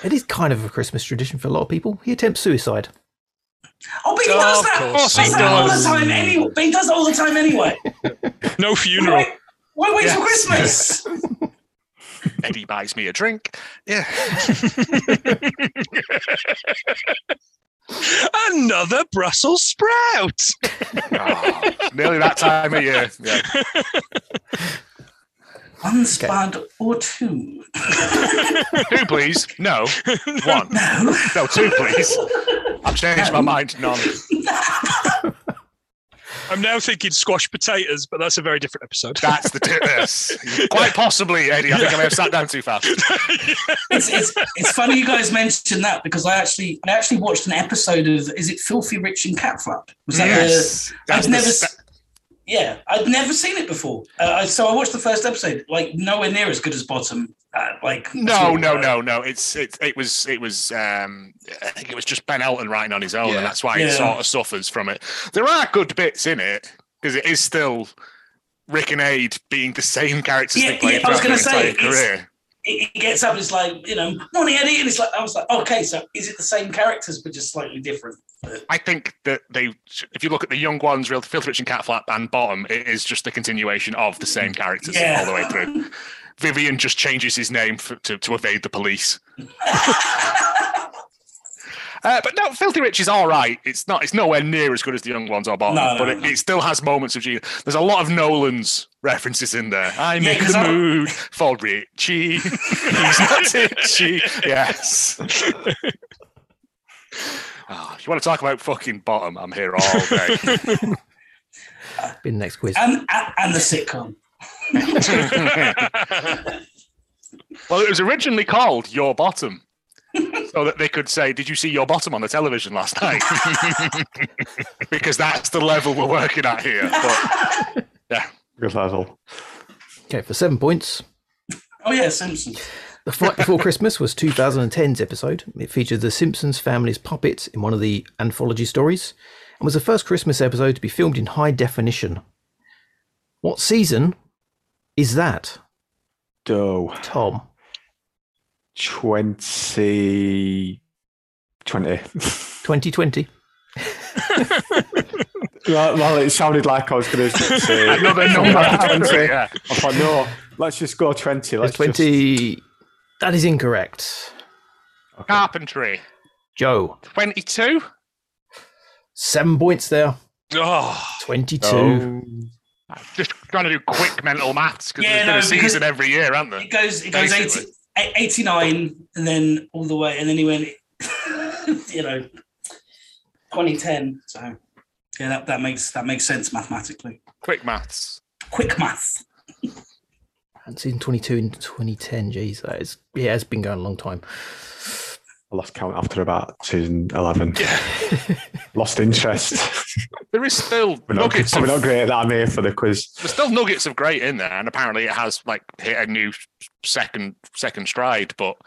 Speaker 2: It is kind of a Christmas tradition for a lot of people. He attempts suicide.
Speaker 1: Oh, but he
Speaker 4: Oh,
Speaker 1: does
Speaker 4: of
Speaker 1: that.
Speaker 4: course
Speaker 1: he
Speaker 4: he
Speaker 1: does that all
Speaker 4: does.
Speaker 1: the time anyway. But he does that all the time anyway.
Speaker 4: No
Speaker 1: [LAUGHS]
Speaker 4: funeral.
Speaker 1: Why- Why wait for
Speaker 6: Yes.
Speaker 1: Christmas?
Speaker 6: Eddie buys me a drink. Yeah.
Speaker 4: [LAUGHS] Another Brussels sprout.
Speaker 6: Oh, nearly that time of year. Yeah.
Speaker 1: One spud or two.
Speaker 6: Two, please. No. One.
Speaker 1: No.
Speaker 6: No, two, please. I've changed my mind. None.
Speaker 4: I'm now thinking squash potatoes, but that's a very
Speaker 1: [LAUGHS]
Speaker 4: different episode. [LAUGHS]
Speaker 6: That's the difference. Quite possibly, Eddie. I think I may have sat down too fast.
Speaker 1: It's, it's, it's funny you guys mentioned that because I actually I actually watched an episode of is it Filthy Rich and Catflap? Was that the
Speaker 6: That's
Speaker 1: I've never,
Speaker 6: the
Speaker 1: s yeah, I'd never seen it before. Uh, I- so I watched the first episode, like nowhere near as good as Bottom. Uh, like
Speaker 6: No, no, no, no. It's it, it was it was um I think it was just Ben Elton writing on his own,
Speaker 4: Yeah.
Speaker 6: and that's why he
Speaker 1: Yeah.
Speaker 6: sort of suffers from it. There are good bits in it because it is still Rick and Aid being the same characters
Speaker 1: Yeah,
Speaker 6: they played
Speaker 1: yeah, I was
Speaker 6: throughout
Speaker 1: gonna
Speaker 6: their
Speaker 1: say,
Speaker 6: entire
Speaker 1: it's-
Speaker 6: career.
Speaker 1: It, it gets up, and it's like you know, morning Eddie, and it's like I was like, okay, so is it the same characters but just slightly different?
Speaker 6: I think that they, if you look at the young ones, real Filth Rich and Catflap and Bottom, it is just the continuation of the same characters
Speaker 1: Yeah.
Speaker 6: all the way through. Vivian just changes his name for, to, to evade
Speaker 1: [LAUGHS]
Speaker 6: the police. Uh, but no, Filthy Rich is all right. It's not. It's nowhere near as good as the Young Ones or Bottom,
Speaker 1: No, no,
Speaker 6: but it,
Speaker 1: no.
Speaker 6: it still has moments of genius. There's a lot of Nolan's references in there. I'm
Speaker 1: Yeah,
Speaker 6: in
Speaker 1: 'cause
Speaker 6: the
Speaker 1: I-
Speaker 6: mood for Richie. He's
Speaker 1: [LAUGHS]
Speaker 6: not itchy. Yes. Oh, you want to talk about fucking Bottom? I'm here all day.
Speaker 1: [LAUGHS]
Speaker 2: Be the next quiz.
Speaker 1: And and, and the sitcom.
Speaker 6: well, it was originally called Your Bottom. So that they could say, "Did you see your bottom on the television last night?"
Speaker 1: [LAUGHS]
Speaker 6: because that's the level we're working at here.
Speaker 1: [LAUGHS]
Speaker 6: But yeah,
Speaker 5: Good level.
Speaker 2: Okay, for seven points.
Speaker 1: Oh yeah, Simpsons.
Speaker 2: The Flight Before Christmas was 2010's episode. It featured the Simpsons family's puppets in one of the anthology stories and was the first Christmas episode to be filmed in high definition. What season is that,
Speaker 5: Do
Speaker 2: Tom?
Speaker 5: 20. 20.
Speaker 2: 2020.
Speaker 5: well, well, it sounded like I was
Speaker 4: [LAUGHS]
Speaker 5: going to say
Speaker 6: another number.
Speaker 5: 20.
Speaker 6: yeah.
Speaker 5: I thought, no, let's just go 20. Let's
Speaker 2: It's 20. That is incorrect.
Speaker 6: Ah, Carpentry
Speaker 2: Joe,
Speaker 6: twenty-two.
Speaker 2: seven points there.
Speaker 4: Oh,
Speaker 2: 22.
Speaker 5: Just, oh,
Speaker 6: Just trying to do quick mental maths because
Speaker 1: Yeah,
Speaker 6: there's been
Speaker 1: no, because-
Speaker 6: a season every year, aren't there?
Speaker 1: It goes it goes 80,
Speaker 6: Basically.
Speaker 1: eh, 89 and then all the way, and then he went, [LAUGHS] you know, twenty ten. So yeah, that, that makes that makes sense mathematically.
Speaker 6: Quick maths.
Speaker 1: Quick math.
Speaker 2: And season 22 in 2010. Jeez, that is, yeah, it's been going a long time.
Speaker 5: I lost count after about season 11. [LAUGHS] lost interest.
Speaker 4: [LAUGHS]
Speaker 6: There is still
Speaker 5: We're not,
Speaker 6: nuggets.
Speaker 5: probably
Speaker 6: of-
Speaker 5: not great at that. I'm here for the quiz.
Speaker 6: there's still nuggets of great in there, and apparently it has like hit a new second second stride. But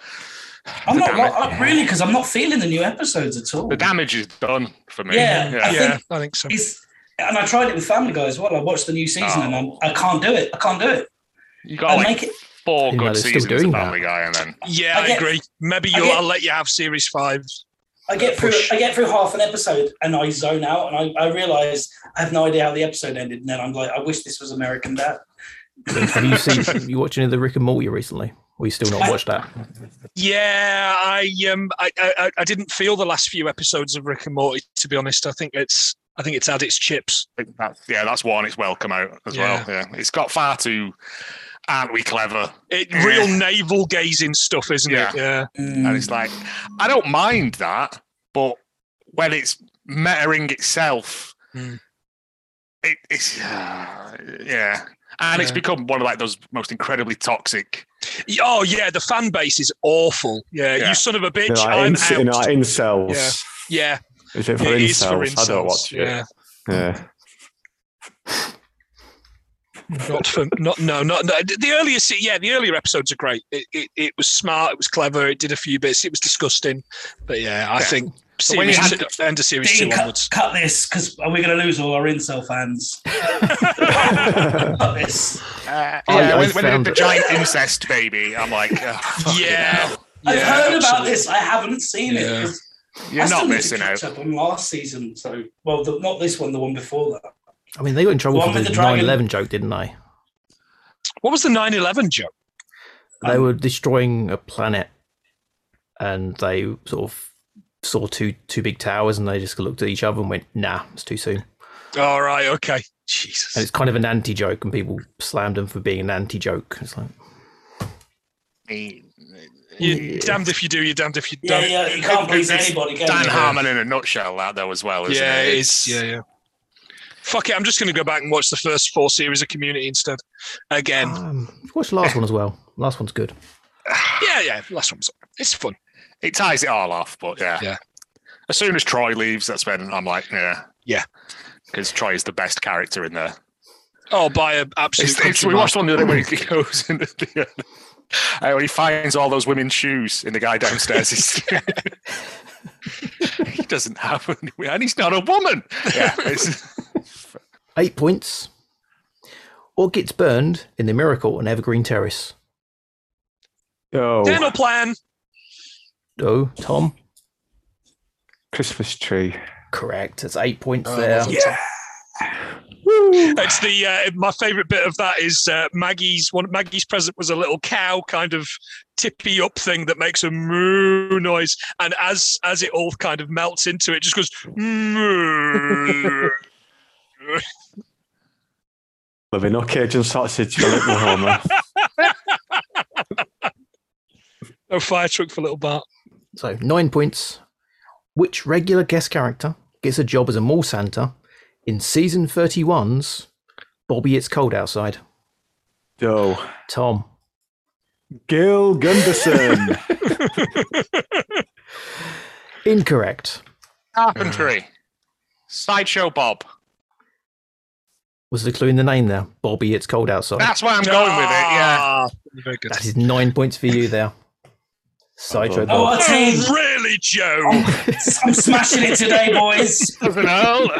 Speaker 1: I'm
Speaker 6: the
Speaker 1: not
Speaker 6: damage-
Speaker 1: I'm really because I'm not feeling the new episodes at all.
Speaker 6: the damage is done for me.
Speaker 1: Yeah. I
Speaker 4: yeah,
Speaker 1: think-
Speaker 4: I think so.
Speaker 1: It's and I tried it with Family Guy as well. I watched the new
Speaker 6: Oh.
Speaker 1: season and I'm, I can't do it. I can't do it.
Speaker 6: you
Speaker 1: I
Speaker 6: got like
Speaker 1: make it.
Speaker 6: four
Speaker 2: Didn't know
Speaker 6: good
Speaker 2: they're still
Speaker 6: seasons
Speaker 2: doing
Speaker 6: of
Speaker 2: that.
Speaker 6: Family Guy, and then
Speaker 4: Yeah,
Speaker 1: I
Speaker 4: I
Speaker 1: get-
Speaker 4: agree. Maybe
Speaker 1: I
Speaker 4: you'll.
Speaker 1: get-
Speaker 4: I'll let you have series five.
Speaker 1: I get through. I get through half an episode and I zone out and I, I realize I have no idea how the episode ended. And then I'm like, I wish this was American Dad.
Speaker 2: Have you seen? you watched any of the Rick and Morty recently? Or you still not watched that?
Speaker 4: Yeah, I um, I, I I- I didn't feel the last few episodes of Rick and Morty. To be honest, I think it's I think it's had its chips.
Speaker 6: I think that's yeah, that's one. It's well come out as well. Yeah, it's got far too. Aren't we clever?
Speaker 4: It
Speaker 6: Yeah.
Speaker 4: real navel gazing stuff, isn't
Speaker 6: Eh. Yeah.
Speaker 4: it? Yeah.
Speaker 6: And it's like, I don't mind that, but when it's mettering itself,
Speaker 4: Mm.
Speaker 6: it, it's [SIGHS] uh, yeah, and it's
Speaker 4: Yeah.
Speaker 6: become one of like those most incredibly toxic.
Speaker 4: Y- Oh yeah, the fan base is awful. Yeah,
Speaker 6: Yeah.
Speaker 4: you son of a bitch.
Speaker 5: They're like
Speaker 4: I'm
Speaker 5: ince- you know,
Speaker 4: out.
Speaker 5: like incels.
Speaker 4: Yeah. yeah,
Speaker 5: Is it for,
Speaker 4: it
Speaker 5: incels?
Speaker 4: is for incels.
Speaker 5: I don't watch it.
Speaker 4: Yeah,
Speaker 5: Yeah.
Speaker 4: not for not no not no. The earlier se- yeah, the earlier episodes are great. It, it it was smart. It was clever. It did a few bits. It was disgusting, but yeah, I
Speaker 6: Yeah.
Speaker 4: think
Speaker 6: But when you
Speaker 4: series
Speaker 6: had
Speaker 4: two- end of series
Speaker 1: Dean,
Speaker 4: two
Speaker 1: cut,
Speaker 4: onwards.
Speaker 1: cut this because are we going to lose all our incel fans?
Speaker 5: [LAUGHS]
Speaker 1: cut
Speaker 6: [LAUGHS]
Speaker 1: this.
Speaker 6: Uh,
Speaker 2: I-
Speaker 6: yeah,
Speaker 2: I
Speaker 6: when, when they did
Speaker 2: found
Speaker 6: the
Speaker 2: it-
Speaker 6: giant incest baby, I'm like, oh, [LAUGHS] fucking
Speaker 4: Yeah,
Speaker 6: hell.
Speaker 1: I've
Speaker 4: yeah,
Speaker 1: heard about
Speaker 4: absolutely.
Speaker 1: this. I haven't seen
Speaker 4: Yeah.
Speaker 1: it.
Speaker 6: you're
Speaker 1: I still
Speaker 6: not
Speaker 1: need to
Speaker 6: missing
Speaker 1: catch
Speaker 6: out.
Speaker 1: Up on last season, so well, the, not this one, the one before that.
Speaker 2: I mean, they got in trouble
Speaker 1: One
Speaker 2: for
Speaker 1: with
Speaker 2: the
Speaker 1: the dragon.
Speaker 2: 9 11 joke, didn't they?
Speaker 4: What was the 9-11 joke?
Speaker 2: They
Speaker 1: Um,
Speaker 2: were destroying a planet and they sort of saw two two big towers and they just looked at each other and went, nah, it's too soon.
Speaker 4: All right, okay.
Speaker 2: And
Speaker 4: Jesus.
Speaker 2: it's kind of an anti joke and people slammed them for being an anti joke. It's like,
Speaker 4: You're
Speaker 2: Yeah.
Speaker 4: damned if you do, you're damned if you
Speaker 1: Yeah,
Speaker 4: don't.
Speaker 1: yeah, you can't please
Speaker 6: it's
Speaker 1: anybody. Can
Speaker 6: Dan
Speaker 1: you?
Speaker 6: Harmon in a nutshell, that though as well. Isn't
Speaker 4: Yeah,
Speaker 6: it?
Speaker 4: it is. Yeah, yeah. Fuck it, I'm just going to go back and watch the first four series of Community instead. Again.
Speaker 6: [SIGHS]
Speaker 2: um, watch the last one as well. Last one's good.
Speaker 4: Yeah, yeah, last one's It's fun.
Speaker 6: it ties it all off. But yeah,
Speaker 4: Yeah.
Speaker 6: As soon as Troy leaves, that's when I'm like, yeah,
Speaker 4: Yeah.
Speaker 6: because Troy is the best character in there.
Speaker 4: Oh, by a absolute
Speaker 6: It's, it's,
Speaker 4: country
Speaker 6: we
Speaker 4: mile.
Speaker 6: watched one the other day when he [LAUGHS] goes in the. Uh, when he finds all those women's shoes in the guy downstairs, he's, [LAUGHS] he doesn't have any, and he's not a woman. Yeah, [LAUGHS] it's-
Speaker 2: Eight points. Or gets burned in the miracle on Evergreen Terrace.
Speaker 5: Oh,
Speaker 4: Dinner plan.
Speaker 2: Oh, Tom,
Speaker 5: Christmas tree.
Speaker 2: correct. That's eight points
Speaker 4: Oh,
Speaker 2: there.
Speaker 4: well done. It's the uh, my favourite bit of that is uh, Maggie's one. Maggie's present was a little cow kind of tippy up thing that makes a moo noise, and as as it all kind of melts into it,
Speaker 6: [LAUGHS]
Speaker 4: just goes moo.
Speaker 5: Living no Cajun sausage for
Speaker 4: [LAUGHS]
Speaker 5: little Homer.
Speaker 4: no fire truck for little Bart.
Speaker 2: So nine points. Which regular guest character gets a job as a mall Santa in season 31's Bobby It's Cold Outside?
Speaker 5: Oh,
Speaker 2: Tom.
Speaker 5: Gil Gunderson.
Speaker 2: Incorrect.
Speaker 6: carpentry. Sideshow Bob.
Speaker 2: Was the clue in the name there? Bobby It's Cold Outside.
Speaker 1: Ah.
Speaker 6: That's where I'm going with
Speaker 4: [LAUGHS]
Speaker 6: it. Yeah.
Speaker 4: yeah, very good.
Speaker 2: That is nine points for you there. Sideshow
Speaker 5: Oh,
Speaker 1: Oh,
Speaker 2: Bob.
Speaker 1: I tell you,
Speaker 6: [LAUGHS]
Speaker 4: Oh, really, Joe? [LAUGHS]
Speaker 1: I'm, I'm smashing it today, boys.
Speaker 6: Doesn't help.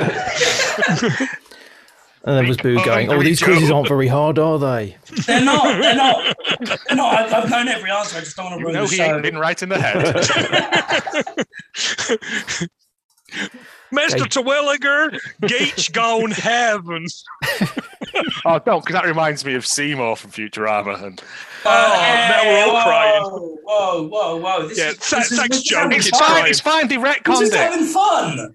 Speaker 2: And there was Boo going, Oh, these quizzes aren't very hard, are they?
Speaker 1: They're not. They're not. They're not. I've, I've known every answer. I just don't want to
Speaker 6: You
Speaker 1: ruin
Speaker 6: know
Speaker 1: the
Speaker 6: he
Speaker 1: show.
Speaker 6: ain't been right in the head.
Speaker 4: Mr.
Speaker 2: Okay.
Speaker 4: Terwilliger, Gage gone heaven.
Speaker 6: oh, don't, because that reminds me of Seymour from Futurama. And
Speaker 1: Oh,
Speaker 4: now we're all
Speaker 1: whoa,
Speaker 4: crying.
Speaker 1: Whoa, whoa, whoa! This
Speaker 4: Yeah,
Speaker 1: is,
Speaker 4: th-
Speaker 1: this is,
Speaker 4: thanks,
Speaker 1: this is
Speaker 4: Joe.
Speaker 1: having
Speaker 4: It's
Speaker 1: fun.
Speaker 4: fine. it's
Speaker 6: fine. He
Speaker 1: This
Speaker 6: retconned
Speaker 1: is having fun.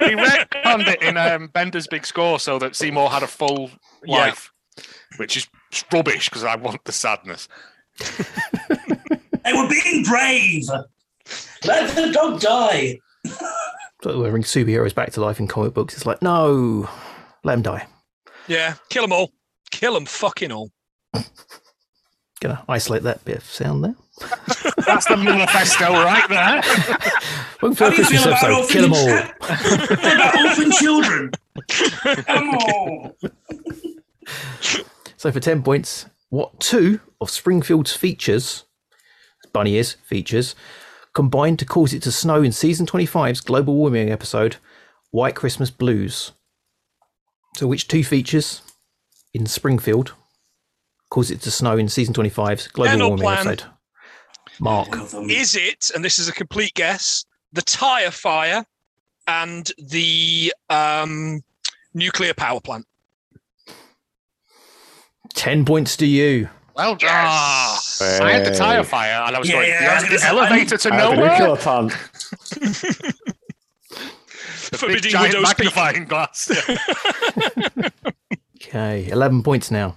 Speaker 6: He retconned it in um, Bender's Big Score so that Seymour had a full
Speaker 4: Yeah.
Speaker 6: life, which is rubbish because I want the sadness.
Speaker 1: They were being brave. Let the dog die.
Speaker 2: So they bring superheroes back to life in comic books. It's like, no, let them die.
Speaker 4: Yeah, kill them all. Kill them fucking all.
Speaker 2: Gonna isolate that bit of sound there.
Speaker 6: That's the manifesto right there.
Speaker 2: One for
Speaker 1: How do you
Speaker 2: Christmas
Speaker 1: feel about
Speaker 2: episode. Kill them
Speaker 1: [LAUGHS]
Speaker 2: all.
Speaker 1: orphanage? What about
Speaker 4: [LAUGHS]
Speaker 1: orphan children? Come on.
Speaker 2: So for 10 points, what two of Springfield's features, bunny ears, features, combined to cause it to snow in season 25's global warming episode, White Christmas Blues? So which two features in Springfield caused it to snow in season 25's global
Speaker 4: General
Speaker 2: warming
Speaker 4: plan.
Speaker 2: episode? Mark.
Speaker 1: One of them.
Speaker 4: Is it, and this is a complete guess, the tyre fire and the um, nuclear power plant?
Speaker 2: 10 points to you.
Speaker 6: Well
Speaker 5: Yes.
Speaker 6: done.
Speaker 4: Ah.
Speaker 6: I had the tire
Speaker 5: Hey.
Speaker 6: fire and I was
Speaker 1: Yeah,
Speaker 6: going,
Speaker 1: yeah, I
Speaker 6: yeah,
Speaker 1: was gonna
Speaker 6: the
Speaker 1: say,
Speaker 6: elevator to
Speaker 5: I had Uh, the
Speaker 6: nowhere.
Speaker 5: nuclear plant.
Speaker 6: The big
Speaker 4: Forbidding
Speaker 6: giant
Speaker 4: widow's peak.
Speaker 6: magnifying glass.
Speaker 2: Okay, 11 points now.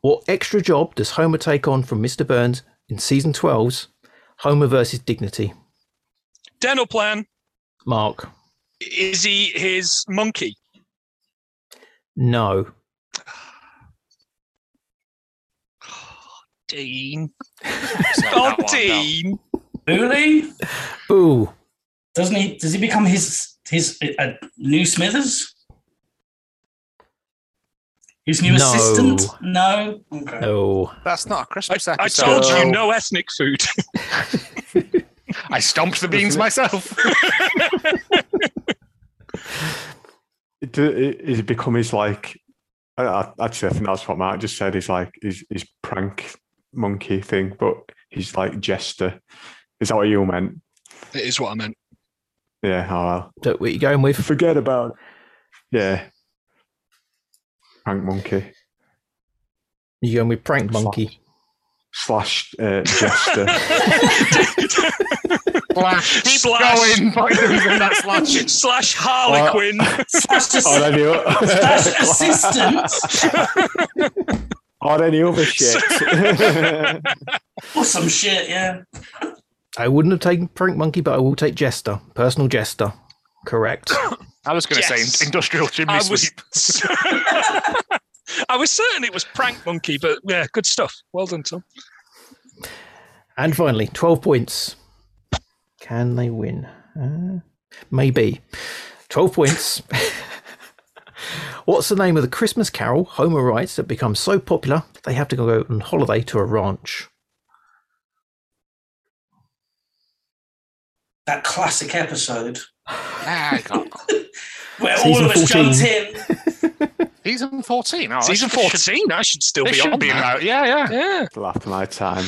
Speaker 2: What extra job does Homer take on from Mr. Burns in season 12's Homer versus Dignity?
Speaker 4: Dental plan.
Speaker 2: Mark,
Speaker 4: Is he his monkey?
Speaker 2: no.
Speaker 4: Dean.
Speaker 6: It's
Speaker 4: Oh,
Speaker 6: not that one, no.
Speaker 4: Dean.
Speaker 1: Really?
Speaker 2: Boo.
Speaker 1: Doesn't he? Does he become his his uh, new Smithers? His new
Speaker 2: No.
Speaker 1: assistant? No. Okay.
Speaker 2: No.
Speaker 6: That's not a Christmas
Speaker 4: I
Speaker 6: episode.
Speaker 4: told you no ethnic
Speaker 6: [LAUGHS]
Speaker 4: food. [LAUGHS]
Speaker 6: I stomped the beans myself.
Speaker 5: Do, is it become his like? I, I, actually, I think that's what Mark just said. Is like his his prank monkey thing, but he's like jester. Is that what you meant?
Speaker 4: it is what I meant.
Speaker 5: Yeah. Oh, well.
Speaker 2: So what are you going with?
Speaker 5: Forget about. It. Yeah. Prank monkey
Speaker 2: you going with Prank Monkey.
Speaker 5: slash uh, jester.
Speaker 6: Slash. Keep
Speaker 4: Slash.
Speaker 6: going. Point the reason that slash is.
Speaker 4: Slash Harlequin. [LAUGHS]
Speaker 1: Slash
Speaker 4: Oh,
Speaker 5: or
Speaker 1: ass-
Speaker 5: any o- [LAUGHS]
Speaker 1: slash assistant.
Speaker 5: or any other shit.
Speaker 1: or some shit. Yeah.
Speaker 2: I wouldn't have taken Prank Monkey, but I will take Jester. Personal Jester. Correct.
Speaker 6: I was going to
Speaker 4: Yes.
Speaker 6: say industrial chimney
Speaker 4: I was.
Speaker 6: sweep.
Speaker 4: [LAUGHS] I was certain it was prank monkey, but yeah, good stuff. Well done, Tom.
Speaker 2: And finally, 12 points. Can they win? Uh, maybe. 12 points. [LAUGHS] What's the name of the Christmas carol Homer writes that becomes so popular they have to go on holiday to a ranch?
Speaker 1: That classic episode
Speaker 6: Ah, I can't.
Speaker 1: where
Speaker 2: Season
Speaker 1: all of us
Speaker 2: 14.
Speaker 1: jumped in.
Speaker 6: Season 14. Oh,
Speaker 4: Season
Speaker 6: this should-
Speaker 4: fourteen. I should still
Speaker 6: this
Speaker 4: be
Speaker 6: should
Speaker 4: on
Speaker 6: be
Speaker 4: that.
Speaker 6: about, yeah, yeah.
Speaker 4: Yeah.
Speaker 5: Laugh my time.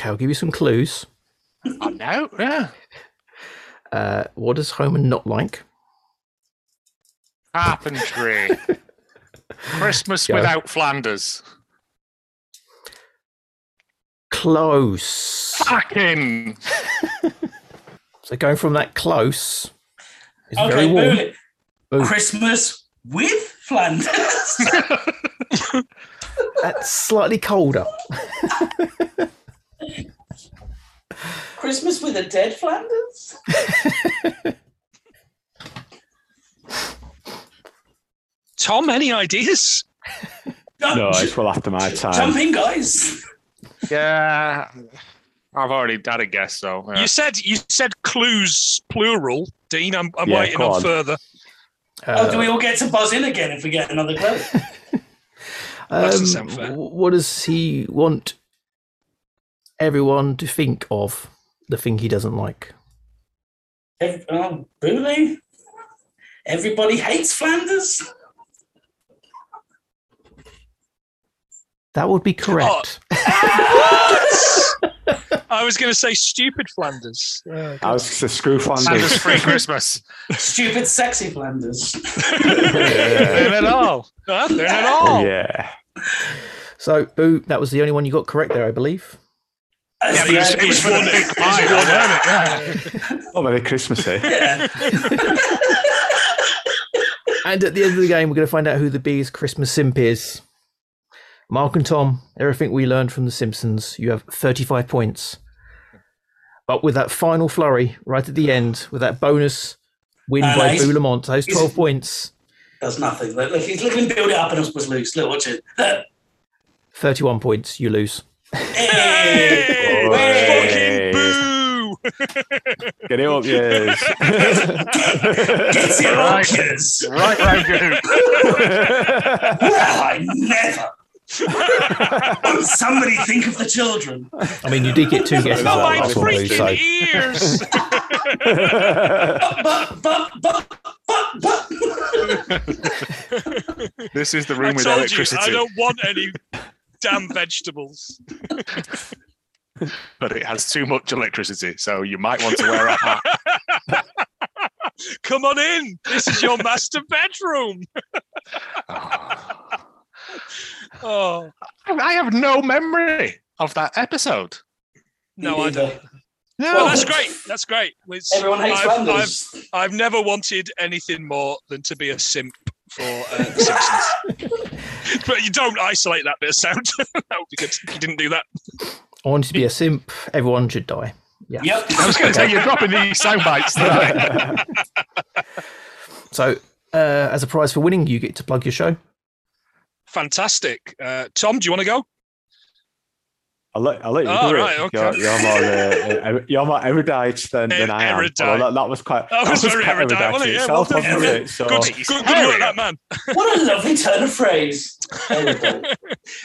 Speaker 2: Okay, I'll give you some clues.
Speaker 6: I know, yeah.
Speaker 2: Uh, what does Homer not like?
Speaker 6: Carpentry. Christmas
Speaker 2: Go.
Speaker 6: without Flanders.
Speaker 2: Close.
Speaker 6: Fucking.
Speaker 2: So going from that close, it's very
Speaker 1: Okay.
Speaker 2: warm.
Speaker 1: boom.
Speaker 2: Boom.
Speaker 1: Christmas with Flanders.
Speaker 2: That's slightly colder.
Speaker 1: [LAUGHS] Christmas with a dead Flanders.
Speaker 4: Tom, any ideas?
Speaker 5: No,
Speaker 1: Ju-
Speaker 5: it's well after my
Speaker 1: jump
Speaker 5: time.
Speaker 1: in, guys.
Speaker 6: Yeah. I've already had a guess, though. Yeah.
Speaker 4: You said you said clues plural, Dean. I'm, I'm
Speaker 5: Yeah,
Speaker 4: waiting
Speaker 5: go
Speaker 4: on,
Speaker 5: on. [LAUGHS]
Speaker 4: further.
Speaker 1: oh,
Speaker 2: Uh,
Speaker 1: do we all get to buzz in again if we get another clue?
Speaker 4: That doesn't
Speaker 2: Um,
Speaker 4: sound fair.
Speaker 2: wh- What does he want everyone to think of the thing he doesn't like?
Speaker 1: Ev- oh, really? Everybody hates Flanders.
Speaker 2: That would
Speaker 1: Oh.
Speaker 2: be correct.
Speaker 4: I was going to say stupid Flanders. Yeah,
Speaker 5: I was the screw
Speaker 6: Flanders
Speaker 5: flanders.
Speaker 6: free [LAUGHS] Christmas.
Speaker 1: Stupid,
Speaker 2: [LAUGHS]
Speaker 1: sexy Flanders.
Speaker 6: Doing it all.
Speaker 4: Huh?
Speaker 6: Doing it all.
Speaker 5: yeah.
Speaker 2: So, Boo, that was the only one you got correct there, I believe.
Speaker 6: Yeah, but it was- it was one big pie, wasn't it? Yeah.
Speaker 5: Not very Christmassy.
Speaker 1: Yeah.
Speaker 2: And at the end of the game, we're going to find out who the biggest Christmas simp is. Mark and Tom, everything we learned from The Simpsons, you have 35 points. But with that final flurry right at the end, with that bonus win
Speaker 1: Uh,
Speaker 2: by
Speaker 1: nice.
Speaker 2: Boo Lamont, those 12 points.
Speaker 1: Does nothing. Look, look, he's looking to build it up and it was loose. Look, watch it. Look,
Speaker 2: 31 points, you lose.
Speaker 1: [LAUGHS] Hey!
Speaker 4: Fucking
Speaker 5: Hey!
Speaker 4: boo!
Speaker 5: Get it
Speaker 4: [LAUGHS]
Speaker 5: up, yes.
Speaker 1: Get it,
Speaker 6: Right.
Speaker 1: Rockers!
Speaker 6: Right round your hoop.
Speaker 1: Well, I never. Won't somebody think of the children?
Speaker 2: I mean, you did get two guesses
Speaker 4: Not
Speaker 2: out
Speaker 4: my
Speaker 2: of the last one, though, so
Speaker 4: freaking
Speaker 6: [LAUGHS]
Speaker 4: ears!
Speaker 1: But, but, but, but, but.
Speaker 6: This is the
Speaker 4: I
Speaker 6: room with
Speaker 4: told you,
Speaker 6: electricity,
Speaker 4: I don't want any damn vegetables.
Speaker 6: but it has too much electricity, so you might want to wear a hat.
Speaker 4: Come on in. This is your master bedroom.
Speaker 6: I
Speaker 4: Oh
Speaker 6: [LAUGHS] I have no memory of that episode.
Speaker 4: no, I don't.
Speaker 6: No,
Speaker 4: Well, that's great. That's great. It's-
Speaker 1: Everyone hates
Speaker 4: I've, I've,
Speaker 1: Flanders.
Speaker 4: I've never wanted anything more than to be a simp for uh, The Simpsons. but you don't isolate that bit of sound. [LAUGHS] that would be good. You didn't do that.
Speaker 2: I wanted to be a simp. Everyone should die. Yeah.
Speaker 1: Yep.
Speaker 6: I was going to say you're dropping these sound bites. tonight. [LAUGHS]
Speaker 2: So, uh, as a prize for winning, you get to plug your show.
Speaker 4: Fantastic. Uh, Tom, do you want to go?
Speaker 5: I'll let, I'll let you
Speaker 4: Oh,
Speaker 5: do
Speaker 4: right,
Speaker 5: it.
Speaker 4: okay.
Speaker 5: You're, you're more, uh, uh, you're more erudite than, than I am.
Speaker 4: Erudite.
Speaker 5: Although that, that was quite,
Speaker 4: That was very erudite, wasn't it? Yeah, well
Speaker 5: itself,
Speaker 4: done.
Speaker 5: wasn't it? So,
Speaker 4: Good,
Speaker 6: he's
Speaker 4: good, good
Speaker 6: hairy.
Speaker 4: work, that man.
Speaker 1: What a lovely turn of phrase. Everybody.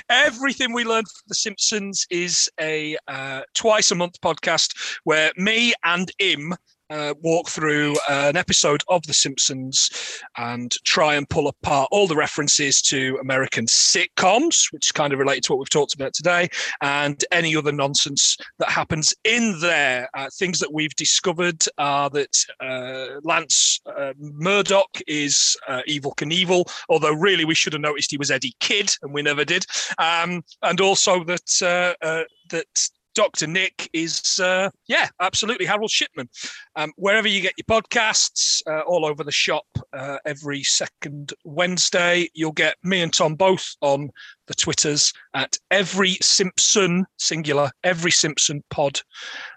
Speaker 4: Everything we learned from The Simpsons is a uh, twice a month podcast where me and Im uh, walk through an episode of The Simpsons and try and pull apart all the references to American sitcoms, which is kind of related to what we've talked about today, and any other nonsense that happens in there. Uh, things that we've discovered are that uh, Lance uh, Murdoch is uh, Evil Knievel, although really we should have noticed he was Eddie Kidd, and we never did. Um, and also that uh, uh, that Dr. Nick is, uh, yeah, absolutely Harold Shipman. Um, wherever you get your podcasts, uh, all over the shop, uh, every second Wednesday, you'll get me and Tom both on the Twitters at every Simpson singular, every Simpson pod,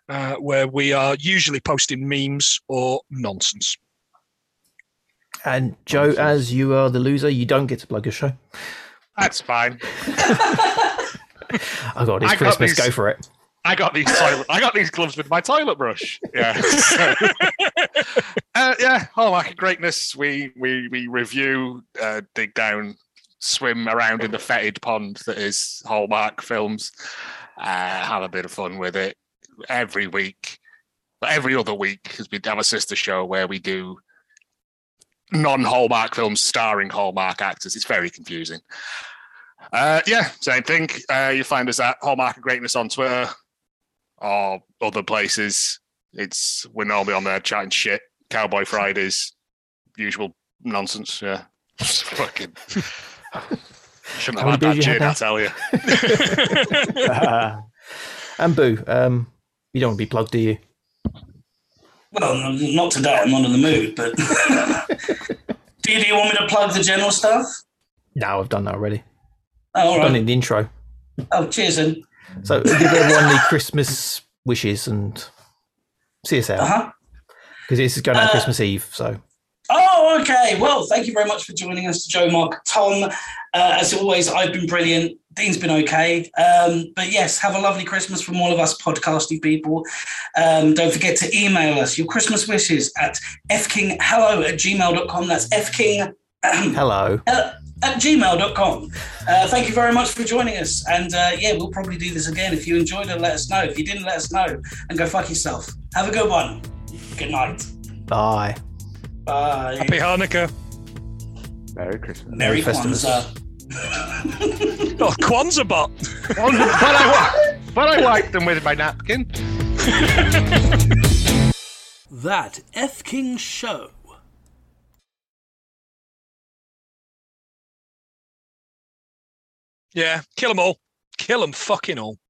Speaker 4: uh, where we are usually posting memes or nonsense.
Speaker 2: And Joe, as you are the loser, you don't get to plug your show.
Speaker 6: That's fine.
Speaker 2: Oh god, it's
Speaker 6: I got
Speaker 2: Christmas.
Speaker 6: these.
Speaker 2: Go for it.
Speaker 6: I got these toilet. I got these gloves with my toilet brush. Yeah. So- uh, yeah. Hallmark greatness. We we we review, uh, dig down, swim around in the fetid pond that is Hallmark films. Uh, have a bit of fun with it every week, but every other week because we have a sister show where we do non-Hallmark films starring Hallmark actors. It's very confusing. Uh, yeah, same thing. Uh, you find us at Hallmark of Greatness on Twitter or other places. It's we're normally on there chatting shit, Cowboy Fridays, usual nonsense. Yeah, [LAUGHS] It's fucking.
Speaker 2: [LAUGHS]
Speaker 6: Shouldn't
Speaker 2: How many
Speaker 6: have had
Speaker 2: beers
Speaker 6: that
Speaker 2: you had
Speaker 6: gin, I
Speaker 2: now?
Speaker 6: tell you.
Speaker 2: [LAUGHS]
Speaker 5: [LAUGHS]
Speaker 2: And Boo, um, you don't want to be plugged, do you?
Speaker 1: well, no, not today. I'm not in the mood, but. [LAUGHS] do, you, do you want me to plug the general stuff?
Speaker 2: No, I've done that already.
Speaker 1: Oh, all
Speaker 2: I've done it
Speaker 1: right.
Speaker 2: in the intro.
Speaker 1: Oh, cheers then.
Speaker 2: So give everyone the Christmas wishes and see us
Speaker 1: Uh
Speaker 2: out
Speaker 1: huh.
Speaker 2: because this is going out
Speaker 1: Uh,
Speaker 2: Christmas Eve. So
Speaker 1: Oh, okay. Well, thank you very much for joining us, Joe, Mark, Tom. Uh, as always, I've been brilliant. Dean's been okay. Um, but yes, have a lovely Christmas from all of us podcasting people. Um, don't forget to email us your Christmas wishes at fkinghello at gmail.com. That's fking at
Speaker 2: hello,
Speaker 1: gmail.com. Uh, thank you very much for joining us. And uh, yeah, we'll probably do this again. If you enjoyed it, let us know. If you didn't, let us know. And go fuck yourself. Have a good one. Good night.
Speaker 2: bye.
Speaker 1: Bye.
Speaker 4: Happy Hanukkah.
Speaker 5: Merry Christmas.
Speaker 1: Merry
Speaker 2: Festivus.
Speaker 1: Kwanzaa.
Speaker 4: Oh, Kwanzaa bot.
Speaker 6: but I wi- but I wiped them with my napkin.
Speaker 7: That F King Show.
Speaker 4: Yeah, kill them all. Kill them fucking all.